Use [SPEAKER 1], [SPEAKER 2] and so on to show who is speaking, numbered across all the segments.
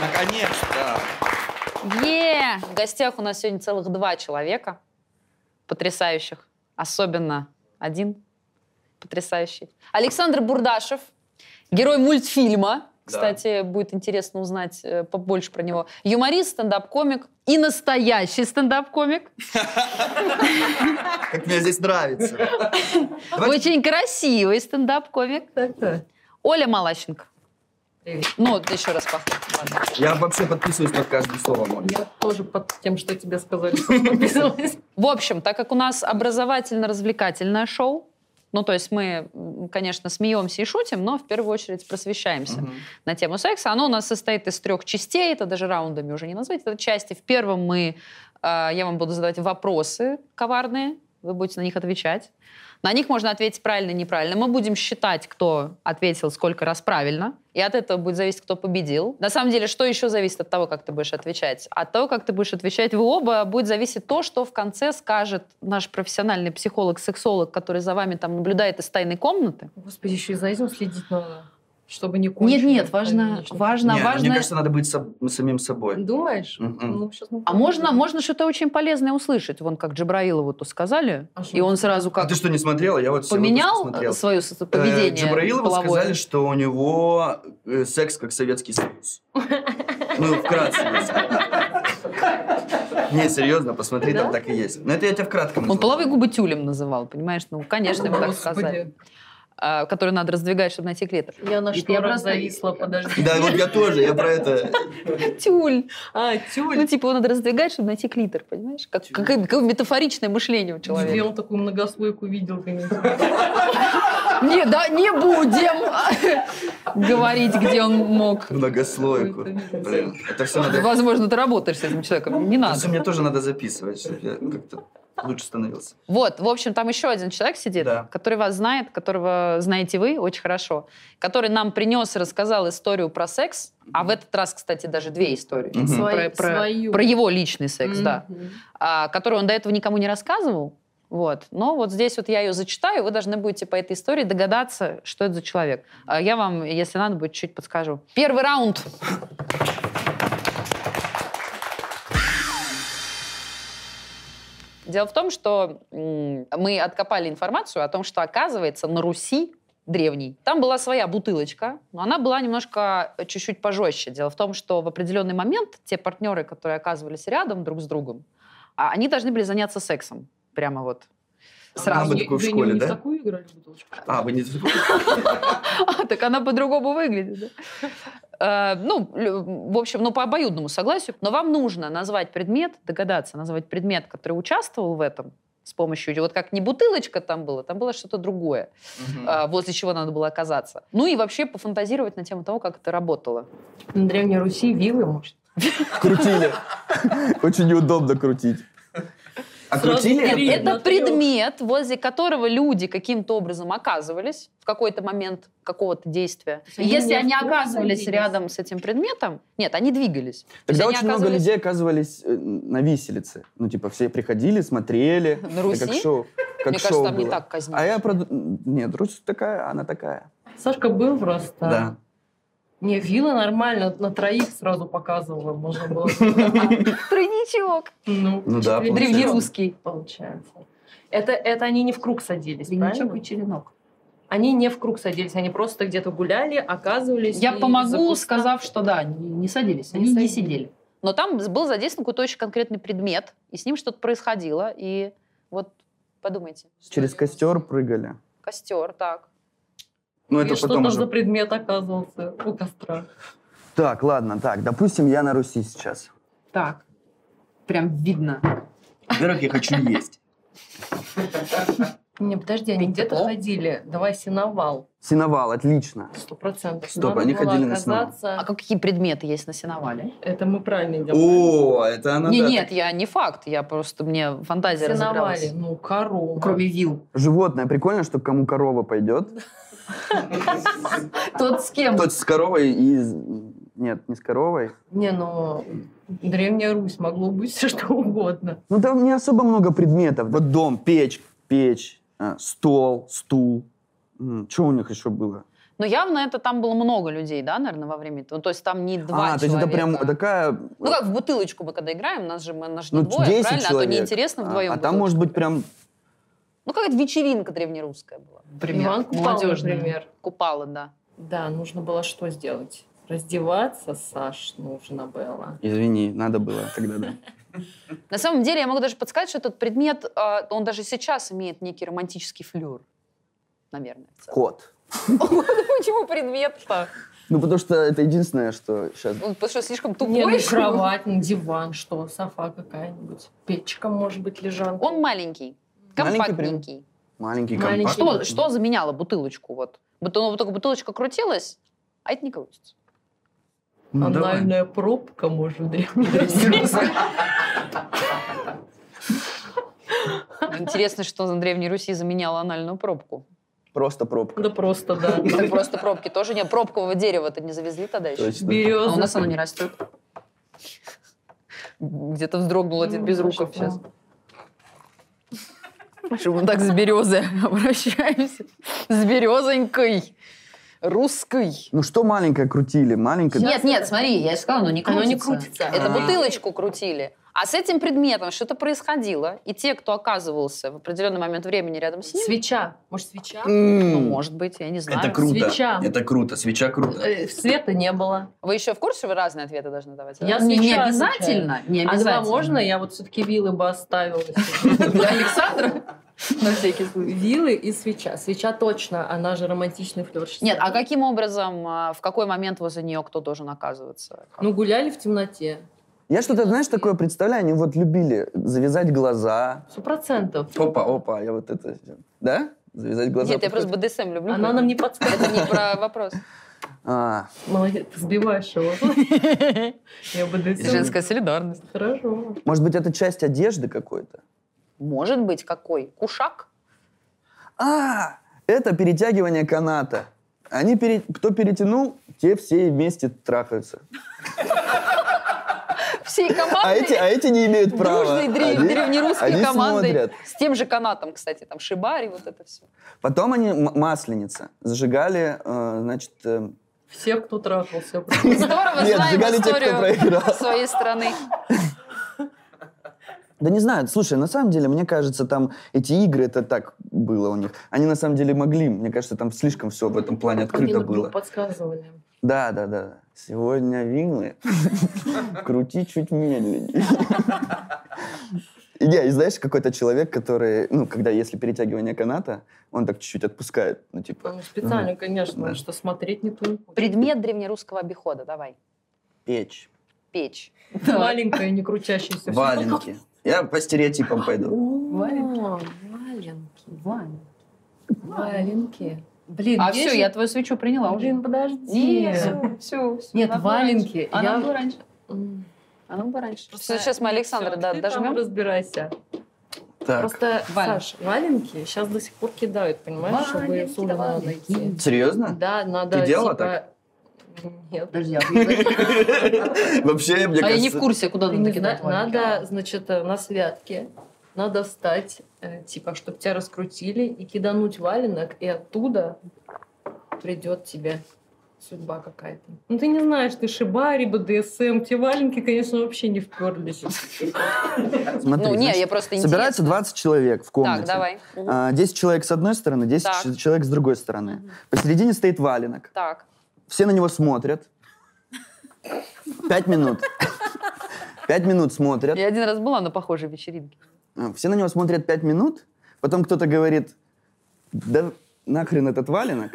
[SPEAKER 1] Наконец-то!
[SPEAKER 2] Е! В гостях у нас сегодня целых два человека потрясающих. Особенно один потрясающий. Александр Бурдашев, герой мультфильма. Кстати, будет интересно узнать э, побольше про него. Юморист, стендап-комик и настоящий стендап-комик.
[SPEAKER 3] Как мне здесь нравится.
[SPEAKER 2] Очень красивый стендап-комик. Оля Малащенко.
[SPEAKER 4] Привет.
[SPEAKER 2] Ну, вот еще раз похлопай. ладно.
[SPEAKER 3] Я вообще подписываюсь под каждым словом. Оль.
[SPEAKER 4] Я тоже под тем, что тебе сказали, подписывалась.
[SPEAKER 2] В общем, так как у нас образовательно-развлекательное шоу, ну, то есть мы, м, конечно, смеемся и шутим, но в первую очередь просвещаемся
[SPEAKER 3] Мгм.
[SPEAKER 2] на тему секса. Оно у нас состоит из трех частей, это даже раундами уже не назвать, это части. В первом мы, э, я вам буду задавать вопросы коварные, вы будете на них отвечать. На них можно ответить правильно, неправильно. Мы будем считать, кто ответил сколько раз правильно, и от этого будет зависеть, кто победил. На самом деле, что еще зависит от того, как ты будешь отвечать? От того, как ты будешь отвечать вы оба, будет зависеть то, что в конце скажет наш профессиональный психолог-сексолог, который за вами там наблюдает из тайной комнаты.
[SPEAKER 4] Господи, еще и за этим следить надо, чтобы не кончилось.
[SPEAKER 2] Нет, нет, важно,
[SPEAKER 4] конечно.
[SPEAKER 2] важно,
[SPEAKER 3] Не, ну,
[SPEAKER 2] важно.
[SPEAKER 3] Мне кажется, надо быть соб- самим собой.
[SPEAKER 4] Думаешь?
[SPEAKER 3] Мгм.
[SPEAKER 4] Ну, щас мы
[SPEAKER 2] А можно, можно что-то очень полезное услышать. Вон как Джабраилову-то сказали,
[SPEAKER 4] А что
[SPEAKER 2] и он
[SPEAKER 4] он
[SPEAKER 2] сразу
[SPEAKER 3] А
[SPEAKER 2] как
[SPEAKER 3] ты что, не смотрела? Я вот все
[SPEAKER 2] поменял
[SPEAKER 3] выпуски
[SPEAKER 2] э,
[SPEAKER 3] смотрел.
[SPEAKER 2] свое с-
[SPEAKER 3] Э,
[SPEAKER 2] поведение
[SPEAKER 3] Джабраилову
[SPEAKER 2] половое.
[SPEAKER 3] сказали, что у него э, секс как Советский Союз. Ну, вкратце. если. Не, серьезно, посмотри, там
[SPEAKER 4] Да?
[SPEAKER 3] так и есть. Но это я тебя вкратце
[SPEAKER 2] Он половые губы тюлем называл, понимаешь? Ну, конечно, ему так
[SPEAKER 4] Господи,
[SPEAKER 2] сказали. А, Который надо раздвигать, чтобы найти клитор.
[SPEAKER 4] Я на
[SPEAKER 2] И ты
[SPEAKER 4] что
[SPEAKER 2] просто-
[SPEAKER 4] зависла, подожди.
[SPEAKER 3] Да, вот я тоже, я про это.
[SPEAKER 2] Тюль.
[SPEAKER 4] А,
[SPEAKER 2] Ну,
[SPEAKER 4] тюль.
[SPEAKER 2] типа, его надо раздвигать, чтобы найти клитор, понимаешь? Как,
[SPEAKER 3] Тюль.
[SPEAKER 2] как- как метафоричное мышление у
[SPEAKER 4] Где
[SPEAKER 2] человека.
[SPEAKER 4] он такую многослойку видел, конечно.
[SPEAKER 2] Не, да, не будем говорить, где он мог.
[SPEAKER 3] Многослойку. Блин, это все надо...
[SPEAKER 2] Возможно, ты работаешь с этим человеком. Не
[SPEAKER 3] Это
[SPEAKER 2] надо.
[SPEAKER 3] все мне тоже надо записывать, чтобы я как-то лучше становился.
[SPEAKER 2] Вот, в общем, там еще один человек сидит,
[SPEAKER 3] Да.
[SPEAKER 2] который вас знает, которого знаете вы очень хорошо, который нам принес и рассказал историю про секс, а в этот раз, кстати, даже две истории.
[SPEAKER 3] Мгм.
[SPEAKER 2] Хм. Про, про- про его личный секс, да, а, который он до этого никому не рассказывал. Вот. Но вот здесь вот я ее зачитаю, вы должны будете по этой истории догадаться, что это за человек. А я вам, если надо будет, чуть подскажу. Первый раунд. Дело в том, что м, мы откопали информацию о том, что, оказывается, на Руси древней. Там была своя бутылочка, но она была немножко э, чуть-чуть пожестче. Дело в том, что в определенный момент те партнеры, которые оказывались рядом друг с другом, а они должны были заняться сексом. Прямо вот.
[SPEAKER 3] бы
[SPEAKER 2] Сразу.
[SPEAKER 3] такую в школе, да?
[SPEAKER 4] в такую играли в бутылочку?
[SPEAKER 3] А, вы не...
[SPEAKER 2] А, так она по-другому выглядит. да? Э, Ну, лю- в общем, ну, по обоюдному согласию. Но вам нужно назвать предмет, догадаться, назвать предмет, который участвовал в этом с помощью, вот как не бутылочка там была, там было что-то другое, э, возле чего надо было оказаться. Ну и вообще пофантазировать на тему того, как это работало.
[SPEAKER 4] На Древней Руси вилы, может.
[SPEAKER 5] Крутили. Очень неудобно крутить.
[SPEAKER 3] А крутили?
[SPEAKER 4] Сразу
[SPEAKER 2] Нет,
[SPEAKER 4] три
[SPEAKER 3] это?
[SPEAKER 2] это
[SPEAKER 4] на трёх.
[SPEAKER 2] предмет, возле которого люди каким-то образом оказывались в какой-то момент какого-то действия.
[SPEAKER 4] есть
[SPEAKER 2] И
[SPEAKER 4] они
[SPEAKER 2] Если
[SPEAKER 4] не
[SPEAKER 2] они
[SPEAKER 4] вплотную
[SPEAKER 2] оказывались
[SPEAKER 4] двигались?
[SPEAKER 2] рядом с этим предметом, нет, они двигались. То есть
[SPEAKER 5] Тогда
[SPEAKER 2] они
[SPEAKER 5] очень много
[SPEAKER 2] оказывались-
[SPEAKER 5] людей оказывались э, на виселице. Ну, типа, все приходили, смотрели.
[SPEAKER 2] На
[SPEAKER 5] Это
[SPEAKER 2] Руси?
[SPEAKER 5] Как шоу. Как
[SPEAKER 2] Мне
[SPEAKER 5] шоу
[SPEAKER 2] кажется, там не
[SPEAKER 5] было.
[SPEAKER 2] так казнили.
[SPEAKER 5] А я про... Нет, Русь такая, она такая.
[SPEAKER 4] Сашка был просто.
[SPEAKER 3] Да.
[SPEAKER 4] Не, вилла нормально, на троих сразу показывала, можно было.
[SPEAKER 2] Тройничок.
[SPEAKER 4] Ну,
[SPEAKER 3] Ну да,
[SPEAKER 4] четыре-
[SPEAKER 3] получается.
[SPEAKER 2] Древнерусский.
[SPEAKER 4] Получается. Это, это они не в круг садились, правильно?
[SPEAKER 2] черенок.
[SPEAKER 4] Они не в круг садились, они просто где-то гуляли, оказывались.
[SPEAKER 2] Я
[SPEAKER 4] и
[SPEAKER 2] помогу,
[SPEAKER 4] запуска-
[SPEAKER 2] сказав, что да, не, не садились,
[SPEAKER 4] Не
[SPEAKER 2] они не
[SPEAKER 4] садились.
[SPEAKER 2] сидели. Но там был задействован какой-то очень конкретный предмет, и с ним что-то происходило, и вот подумайте.
[SPEAKER 5] Через костер прыгали.
[SPEAKER 2] Костер, так.
[SPEAKER 3] Ну,
[SPEAKER 4] И
[SPEAKER 3] это
[SPEAKER 4] что
[SPEAKER 3] потом
[SPEAKER 4] там
[SPEAKER 3] уже...
[SPEAKER 4] за предмет оказывался у костра?
[SPEAKER 5] Так, ладно, так, допустим, я на Руси сейчас.
[SPEAKER 2] Так. Прям видно.
[SPEAKER 3] Во-первых, я хочу есть.
[SPEAKER 4] Не, подожди, они где-то
[SPEAKER 2] Пинг-понг.
[SPEAKER 4] ходили. Давай синовал.
[SPEAKER 5] Синовал, отлично.
[SPEAKER 4] Сто процентов.
[SPEAKER 3] Стоп,
[SPEAKER 4] Надо
[SPEAKER 3] они
[SPEAKER 4] было
[SPEAKER 3] ходили на
[SPEAKER 4] оказаться...
[SPEAKER 2] А какие предметы есть на сеновале?
[SPEAKER 4] Это мы правильно делаем.
[SPEAKER 3] О, это
[SPEAKER 5] Ну
[SPEAKER 3] она...
[SPEAKER 2] не,
[SPEAKER 3] да,
[SPEAKER 2] нет, я не факт, я просто, мне фантазия
[SPEAKER 4] Сеновали.
[SPEAKER 2] разыгралась.
[SPEAKER 4] Ну, корова.
[SPEAKER 2] Кроме вил.
[SPEAKER 5] Животное, прикольно, что к кому корова пойдет.
[SPEAKER 2] Тот с кем?
[SPEAKER 5] Тот с коровой и... с- Нет, не с коровой.
[SPEAKER 4] Не, но Древняя Русь могло быть все что угодно.
[SPEAKER 5] Ну, там не особо много предметов. Вот а, дом, печь, печь, э, стол, стул. Что у них еще было?
[SPEAKER 2] Но явно это там было много людей, да, наверное, во время этого. Ну, То есть там не два
[SPEAKER 5] а, то есть
[SPEAKER 2] человека.
[SPEAKER 5] это прям такая...
[SPEAKER 2] Ну как в бутылочку мы когда играем, нас же мы нас же не
[SPEAKER 5] ну,
[SPEAKER 2] двое,
[SPEAKER 5] 10
[SPEAKER 2] правильно? А то
[SPEAKER 5] человек.
[SPEAKER 2] неинтересно вдвоем.
[SPEAKER 5] А, а там может быть прям...
[SPEAKER 2] Ну какая-то вечеринка древнерусская была.
[SPEAKER 4] Пример. Иван Купал,
[SPEAKER 1] Молодежный.
[SPEAKER 4] например.
[SPEAKER 2] Купала, да.
[SPEAKER 4] Да, нужно было что сделать? Раздеваться, Саш, нужно было.
[SPEAKER 5] Извини, надо было тогда, да.
[SPEAKER 2] На самом деле я могу даже подсказать, что этот предмет, э, он даже сейчас имеет некий романтический флюр. Наверное. в целом.
[SPEAKER 5] Кот.
[SPEAKER 2] Почему предмет-то?
[SPEAKER 5] Ну, потому что это единственное, что сейчас...
[SPEAKER 2] Ну, Потому что слишком
[SPEAKER 4] Не, ну,
[SPEAKER 2] тупой. что ли?
[SPEAKER 4] кровать, ну, диван, что, софа какая-нибудь, печка, может быть, лежанка.
[SPEAKER 2] Он маленький,
[SPEAKER 5] Маленький
[SPEAKER 2] компактненький.
[SPEAKER 5] Маленький
[SPEAKER 4] Маленький.
[SPEAKER 5] компакт.
[SPEAKER 2] Что, что заменяло бутылочку? Вот. Бут- ну, вот только бутылочка крутилась, а это не крутится.
[SPEAKER 5] Ну, давай.
[SPEAKER 4] Анальная пробка, может, древнерусская.
[SPEAKER 2] Интересно, что на Древней Руси заменяла анальную пробку.
[SPEAKER 5] Просто пробка.
[SPEAKER 4] Да просто, да.
[SPEAKER 2] Там просто пробки тоже нет. Пробкового дерева-то не завезли тогда еще.
[SPEAKER 5] Точно.
[SPEAKER 2] А у нас оно
[SPEAKER 4] Береза.
[SPEAKER 2] не растет. Где-то вздрогнул один
[SPEAKER 4] Ну,
[SPEAKER 2] без руков
[SPEAKER 4] хорошо.
[SPEAKER 2] сейчас. Почему мы так с березой обращаемся? С березонькой. Русской.
[SPEAKER 5] Ну, что маленькое крутили? Маленькое...
[SPEAKER 2] Нет, нет, смотри, я же сказала, оно не крутится.
[SPEAKER 4] Оно не крутится.
[SPEAKER 2] Это
[SPEAKER 5] А.
[SPEAKER 2] бутылочку крутили. А с этим предметом что-то происходило, и те, кто оказывался в определенный момент времени рядом с ним,
[SPEAKER 4] Свеча. Может, свеча?
[SPEAKER 5] М.
[SPEAKER 2] ну, может быть, я не знаю.
[SPEAKER 3] Это круто.
[SPEAKER 4] Свеча.
[SPEAKER 3] Это круто. Свеча круто.
[SPEAKER 4] Э, Света не было.
[SPEAKER 2] Вы еще в курсе, вы разные ответы должны давать?
[SPEAKER 4] Я
[SPEAKER 2] не, не
[SPEAKER 4] сейчас
[SPEAKER 2] обязательно. Не
[SPEAKER 4] А
[SPEAKER 2] обязательно.
[SPEAKER 4] два можно? Я вот все-таки вилы бы оставила для Александра. На всякий случай. Вилы и свеча. Свеча точно, она же романтичный флер.
[SPEAKER 2] Нет, а каким образом, а, в какой момент возле нее кто должен оказываться?
[SPEAKER 4] Ну, гуляли в темноте.
[SPEAKER 5] Я что-то, знаешь, такое представляю, они вот любили завязать глаза.
[SPEAKER 4] Сто процентов.
[SPEAKER 5] Опа, опа, я вот это... сделал. Да? Завязать глаза.
[SPEAKER 2] Нет, я просто БДСМ люблю.
[SPEAKER 4] Она нам не подсказывает.
[SPEAKER 2] Это не про вопрос.
[SPEAKER 5] А,
[SPEAKER 4] Молодец, ты сбиваешь его. Я бы досела.
[SPEAKER 2] солидарность.
[SPEAKER 4] Хорошо.
[SPEAKER 5] может быть, это часть одежды какой-то?
[SPEAKER 2] Может быть, какой? Кушак?
[SPEAKER 5] А, это перетягивание каната. Они пере... Кто перетянул, те все вместе трахаются.
[SPEAKER 2] Всей команды?
[SPEAKER 5] А эти, а эти не имеют права.
[SPEAKER 2] Дружной древ-
[SPEAKER 5] Они-
[SPEAKER 2] древнерусской
[SPEAKER 5] они
[SPEAKER 2] командой.
[SPEAKER 5] смотрят.
[SPEAKER 2] С тем же канатом, кстати, там шибари, вот это все.
[SPEAKER 5] Потом они м- масленица зажигали, э, значит... э,
[SPEAKER 4] Все, кто трахался.
[SPEAKER 2] Здорово
[SPEAKER 5] нет,
[SPEAKER 2] знаем
[SPEAKER 5] зажигали те, кто
[SPEAKER 2] историю
[SPEAKER 5] проиграл.
[SPEAKER 2] своей страны.
[SPEAKER 5] Да не знаю, слушай, на самом деле, мне кажется, там эти игры, это так было у них. Они на самом деле могли, мне кажется, там слишком все в этом плане открыто
[SPEAKER 4] Мне
[SPEAKER 5] было.
[SPEAKER 4] вдруг подсказывали.
[SPEAKER 5] Да, да, да. Сегодня вилы. Крути чуть медленнее. И Не, и знаешь, какой-то человек, который, ну, когда, если перетягивание каната, он так чуть-чуть отпускает, ну, типа,
[SPEAKER 4] Ну, Специально, конечно,
[SPEAKER 5] Да.
[SPEAKER 4] что смотреть не то.
[SPEAKER 2] Предмет древнерусского обихода, давай.
[SPEAKER 5] печь,
[SPEAKER 2] Печь.
[SPEAKER 4] Маленькая, не крутящаяся.
[SPEAKER 5] валенки. Я по стереотипам пойду.
[SPEAKER 4] Валенки. Валенки. Валенки. Блин,
[SPEAKER 2] А
[SPEAKER 4] где
[SPEAKER 2] все,
[SPEAKER 4] же-
[SPEAKER 2] я твою свечу приняла уже.
[SPEAKER 4] Блин, подожди.
[SPEAKER 2] Нет, все, все,
[SPEAKER 4] Нет, валенки.
[SPEAKER 2] Она
[SPEAKER 4] Я-
[SPEAKER 2] была раньше.
[SPEAKER 4] М.
[SPEAKER 2] Она была раньше.
[SPEAKER 4] Просто-
[SPEAKER 2] Сейчас Ну, мы Александра
[SPEAKER 4] Всё,
[SPEAKER 2] да,
[SPEAKER 4] ты там
[SPEAKER 2] дожмем.
[SPEAKER 4] разбирайся.
[SPEAKER 5] Так,
[SPEAKER 4] Просто,
[SPEAKER 2] Валь.
[SPEAKER 4] Саш, валенки сейчас до сих пор кидают, понимаешь, чтобы
[SPEAKER 2] Валенки,
[SPEAKER 4] сложно
[SPEAKER 2] да,
[SPEAKER 4] надо
[SPEAKER 2] валенки.
[SPEAKER 4] найти.
[SPEAKER 5] серьезно?
[SPEAKER 4] Да, надо...
[SPEAKER 5] Ты делала
[SPEAKER 4] типа- Нет.
[SPEAKER 2] Подожди, а
[SPEAKER 5] Вообще, мне
[SPEAKER 2] я не в
[SPEAKER 5] кажется...
[SPEAKER 2] курсе, куда
[SPEAKER 4] Ну,
[SPEAKER 2] надо кидать
[SPEAKER 4] на- Надо, значит, э, на святке надо встать, э, типа, чтобы тебя раскрутили, и кидануть валенок, и оттуда придет тебе судьба какая-то. Ну, ты не знаешь, ты шибари, БДСМ, те валенки, конечно, вообще не вперлись.
[SPEAKER 5] Смотри,
[SPEAKER 2] Ну, не,
[SPEAKER 5] значит,
[SPEAKER 2] я просто
[SPEAKER 5] Собирается 20 человек в комнате.
[SPEAKER 2] Так, давай. Мгм.
[SPEAKER 5] А, 10 человек с одной стороны, 10
[SPEAKER 2] Так.
[SPEAKER 5] ч- человек с другой стороны.
[SPEAKER 2] Мгм.
[SPEAKER 5] Посередине стоит валенок.
[SPEAKER 2] Так.
[SPEAKER 5] Все на него смотрят. Пять минут. Пять минут смотрят.
[SPEAKER 2] Я один раз была на похожей вечеринке.
[SPEAKER 5] А, Все на него смотрят пять минут. Потом кто-то говорит, да нахрен этот валенок.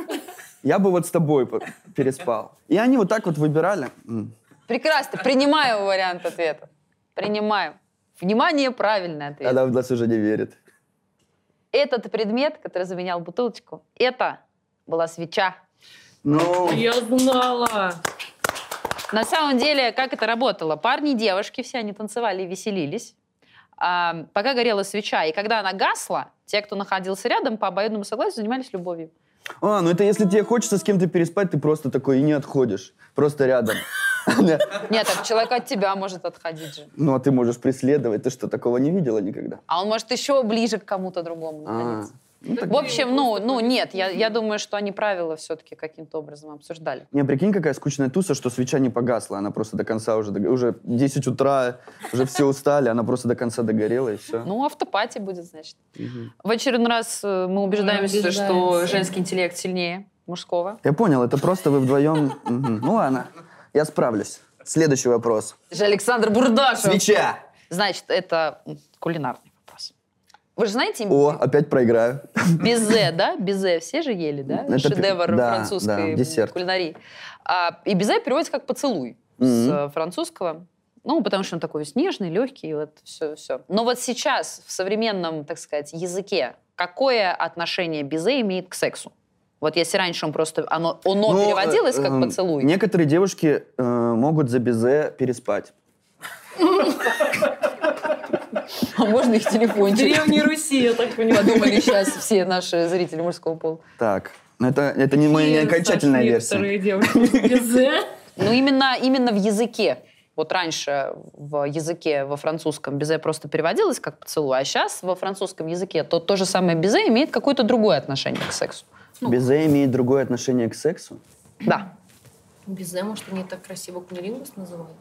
[SPEAKER 5] Я бы вот с тобой по- переспал. И они вот так вот выбирали. М.
[SPEAKER 2] Прекрасно, принимаю вариант ответа. Принимаю. Внимание, правильный ответ.
[SPEAKER 5] Она в нас уже не верит.
[SPEAKER 2] Этот предмет, который заменял бутылочку, это была свеча.
[SPEAKER 5] Ну,
[SPEAKER 4] Я знала!
[SPEAKER 2] На самом деле, как это работало? Парни и девушки, все они танцевали и веселились, а, пока горела свеча. И когда она гасла, те, кто находился рядом, по обоюдному согласию занимались любовью.
[SPEAKER 5] а, ну это если тебе хочется с кем-то переспать, ты просто такой и не отходишь. Просто рядом.
[SPEAKER 2] Нет, так человек от тебя может отходить же.
[SPEAKER 5] Ну, а ты можешь преследовать. Ты что, такого не видела никогда?
[SPEAKER 2] А он может еще ближе к кому-то другому
[SPEAKER 5] А,
[SPEAKER 2] находиться.
[SPEAKER 5] Ну, так-
[SPEAKER 2] В общем, ну, ну нет, я, я думаю, что они правила все-таки каким-то образом обсуждали.
[SPEAKER 5] Не, а прикинь, какая скучная туса, что свеча не погасла, она просто до конца уже, дог- уже 10 утра, уже все устали, она просто до конца догорела и все.
[SPEAKER 2] Ну, автопати будет, значит. В очередной раз э, мы убеждаемся, что
[SPEAKER 4] убеждаемся.
[SPEAKER 2] женский интеллект сильнее мужского.
[SPEAKER 5] Я понял, это просто вы вдвоем. Мгм. Ну ладно, я справлюсь. Следующий вопрос.
[SPEAKER 2] Это же Александр Бурдашев.
[SPEAKER 5] Свеча!
[SPEAKER 2] Значит, это м, кулинарный вопрос. Вы же знаете,
[SPEAKER 5] О, опять проиграю.
[SPEAKER 2] безе, да? Безе все же ели, да?
[SPEAKER 5] Это пи-
[SPEAKER 2] Шедевр
[SPEAKER 5] да, да,
[SPEAKER 2] французской м,
[SPEAKER 5] десерт.
[SPEAKER 2] кулинарии. А, и безе переводится как поцелуй с
[SPEAKER 5] Мгм.
[SPEAKER 2] э, французского. Ну, потому что он такой весь нежный, легкий, и вот все, все. Но вот сейчас в современном, так сказать, языке какое отношение безе имеет к сексу? Вот если раньше он просто, оно, оно
[SPEAKER 5] Ну,
[SPEAKER 2] переводилось
[SPEAKER 5] э,
[SPEAKER 2] как
[SPEAKER 5] эм,
[SPEAKER 2] поцелуй.
[SPEAKER 5] Некоторые девушки э, могут за безе переспать.
[SPEAKER 2] А можно их
[SPEAKER 4] В
[SPEAKER 2] телефончик?
[SPEAKER 4] Древней Руси, я так понимаю.
[SPEAKER 2] Подумали сейчас все наши зрители мужского пола.
[SPEAKER 5] Так, ну это, это не моя не окончательная
[SPEAKER 4] Сошли
[SPEAKER 5] версия.
[SPEAKER 4] Вторые девушки из Безе.
[SPEAKER 2] Ну, именно, именно в языке. Вот раньше в языке во французском безе просто переводилось как поцелуй, а сейчас во французском языке то, то же самое безе имеет какое-то другое отношение к сексу. Ну.
[SPEAKER 5] Безе имеет другое отношение к сексу?
[SPEAKER 2] Да,
[SPEAKER 4] Безе, может, они так красиво кунилингус называют?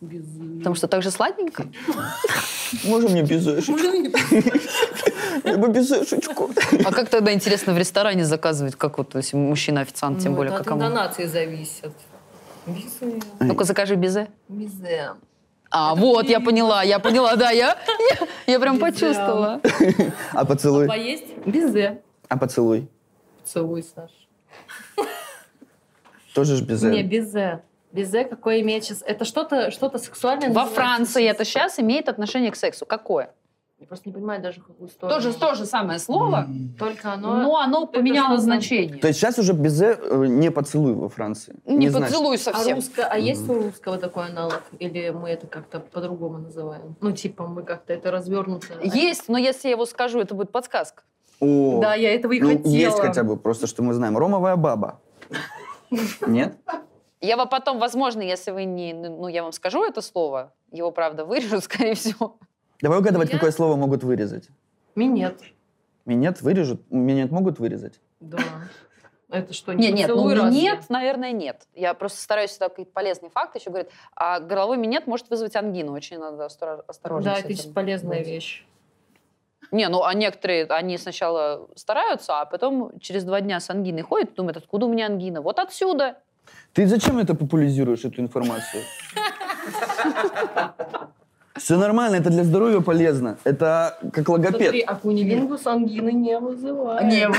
[SPEAKER 4] Безе.
[SPEAKER 2] потому что так же сладненько.
[SPEAKER 5] Можно мне безешечку? Я бы безешечку.
[SPEAKER 2] А как тогда, интересно, в ресторане заказывать, как вот если мужчина-официант, тем более, как
[SPEAKER 4] Ну, от
[SPEAKER 2] кому?
[SPEAKER 4] интонации зависит. Безе.
[SPEAKER 2] Ну-ка, закажи безе.
[SPEAKER 4] Безе.
[SPEAKER 2] А, вот, я поняла, я поняла, да, я, я, я прям
[SPEAKER 4] Безе.
[SPEAKER 2] почувствовала.
[SPEAKER 5] А поцелуй?
[SPEAKER 4] Поесть? Безе.
[SPEAKER 5] А поцелуй?
[SPEAKER 4] Целуй, Саш.
[SPEAKER 5] Тоже ж Э.
[SPEAKER 4] Не,
[SPEAKER 5] безе.
[SPEAKER 4] безе. Безе какое имеет сейчас? Это что-то что сексуальное?
[SPEAKER 2] Во
[SPEAKER 4] называется
[SPEAKER 2] Франции
[SPEAKER 4] сейчас?
[SPEAKER 2] это сейчас имеет отношение к сексу. Какое?
[SPEAKER 4] Я просто не понимаю даже, в какую сторону.
[SPEAKER 2] Тоже то же самое слово,
[SPEAKER 4] Только оно...
[SPEAKER 2] но оно поменяло
[SPEAKER 4] что-то-
[SPEAKER 2] значение.
[SPEAKER 5] То есть сейчас уже безе э, не поцелуй во Франции?
[SPEAKER 2] Не,
[SPEAKER 5] значит.
[SPEAKER 2] поцелуй
[SPEAKER 4] А,
[SPEAKER 2] совсем.
[SPEAKER 4] русско- а есть у русского такой аналог? Или мы это как-то по-другому называем? Ну, типа, мы как-то это развернуто.
[SPEAKER 2] Есть, но если я его скажу, это будет подсказка.
[SPEAKER 5] О,
[SPEAKER 4] Да, я этого и
[SPEAKER 5] ну,
[SPEAKER 4] хотела.
[SPEAKER 5] есть хотя бы, просто что мы знаем. Ромовая баба. Нет?
[SPEAKER 2] Я вам потом, возможно, если вы не... Ну, я вам скажу это слово, его, правда, вырежут, скорее всего.
[SPEAKER 5] Давай угадывать,
[SPEAKER 4] Я-
[SPEAKER 5] какое слово могут вырезать.
[SPEAKER 4] Минет.
[SPEAKER 5] Минет вырежут? Минет могут вырезать?
[SPEAKER 4] Да. Это что,
[SPEAKER 2] Нет, нет, ну,
[SPEAKER 4] поцелуй разве?
[SPEAKER 2] нет, наверное, нет. Я просто стараюсь всегда какие-то полезные факты. Еще говорят, а горловой минет может вызвать ангину. Очень надо остро- осторожно
[SPEAKER 4] Да,
[SPEAKER 2] с
[SPEAKER 4] типа- это
[SPEAKER 2] этим
[SPEAKER 4] сейчас полезная
[SPEAKER 2] быть.
[SPEAKER 4] вещь.
[SPEAKER 2] Не, ну, а некоторые, они сначала стараются, а потом через два дня с ангиной ходят, думают, откуда у меня ангина? Вот отсюда.
[SPEAKER 5] Ты зачем это популяризируешь, эту информацию? Все нормально, это для здоровья полезно. Это как
[SPEAKER 4] Смотри,
[SPEAKER 5] логопед.
[SPEAKER 4] а кунилингус ангины не вызывает.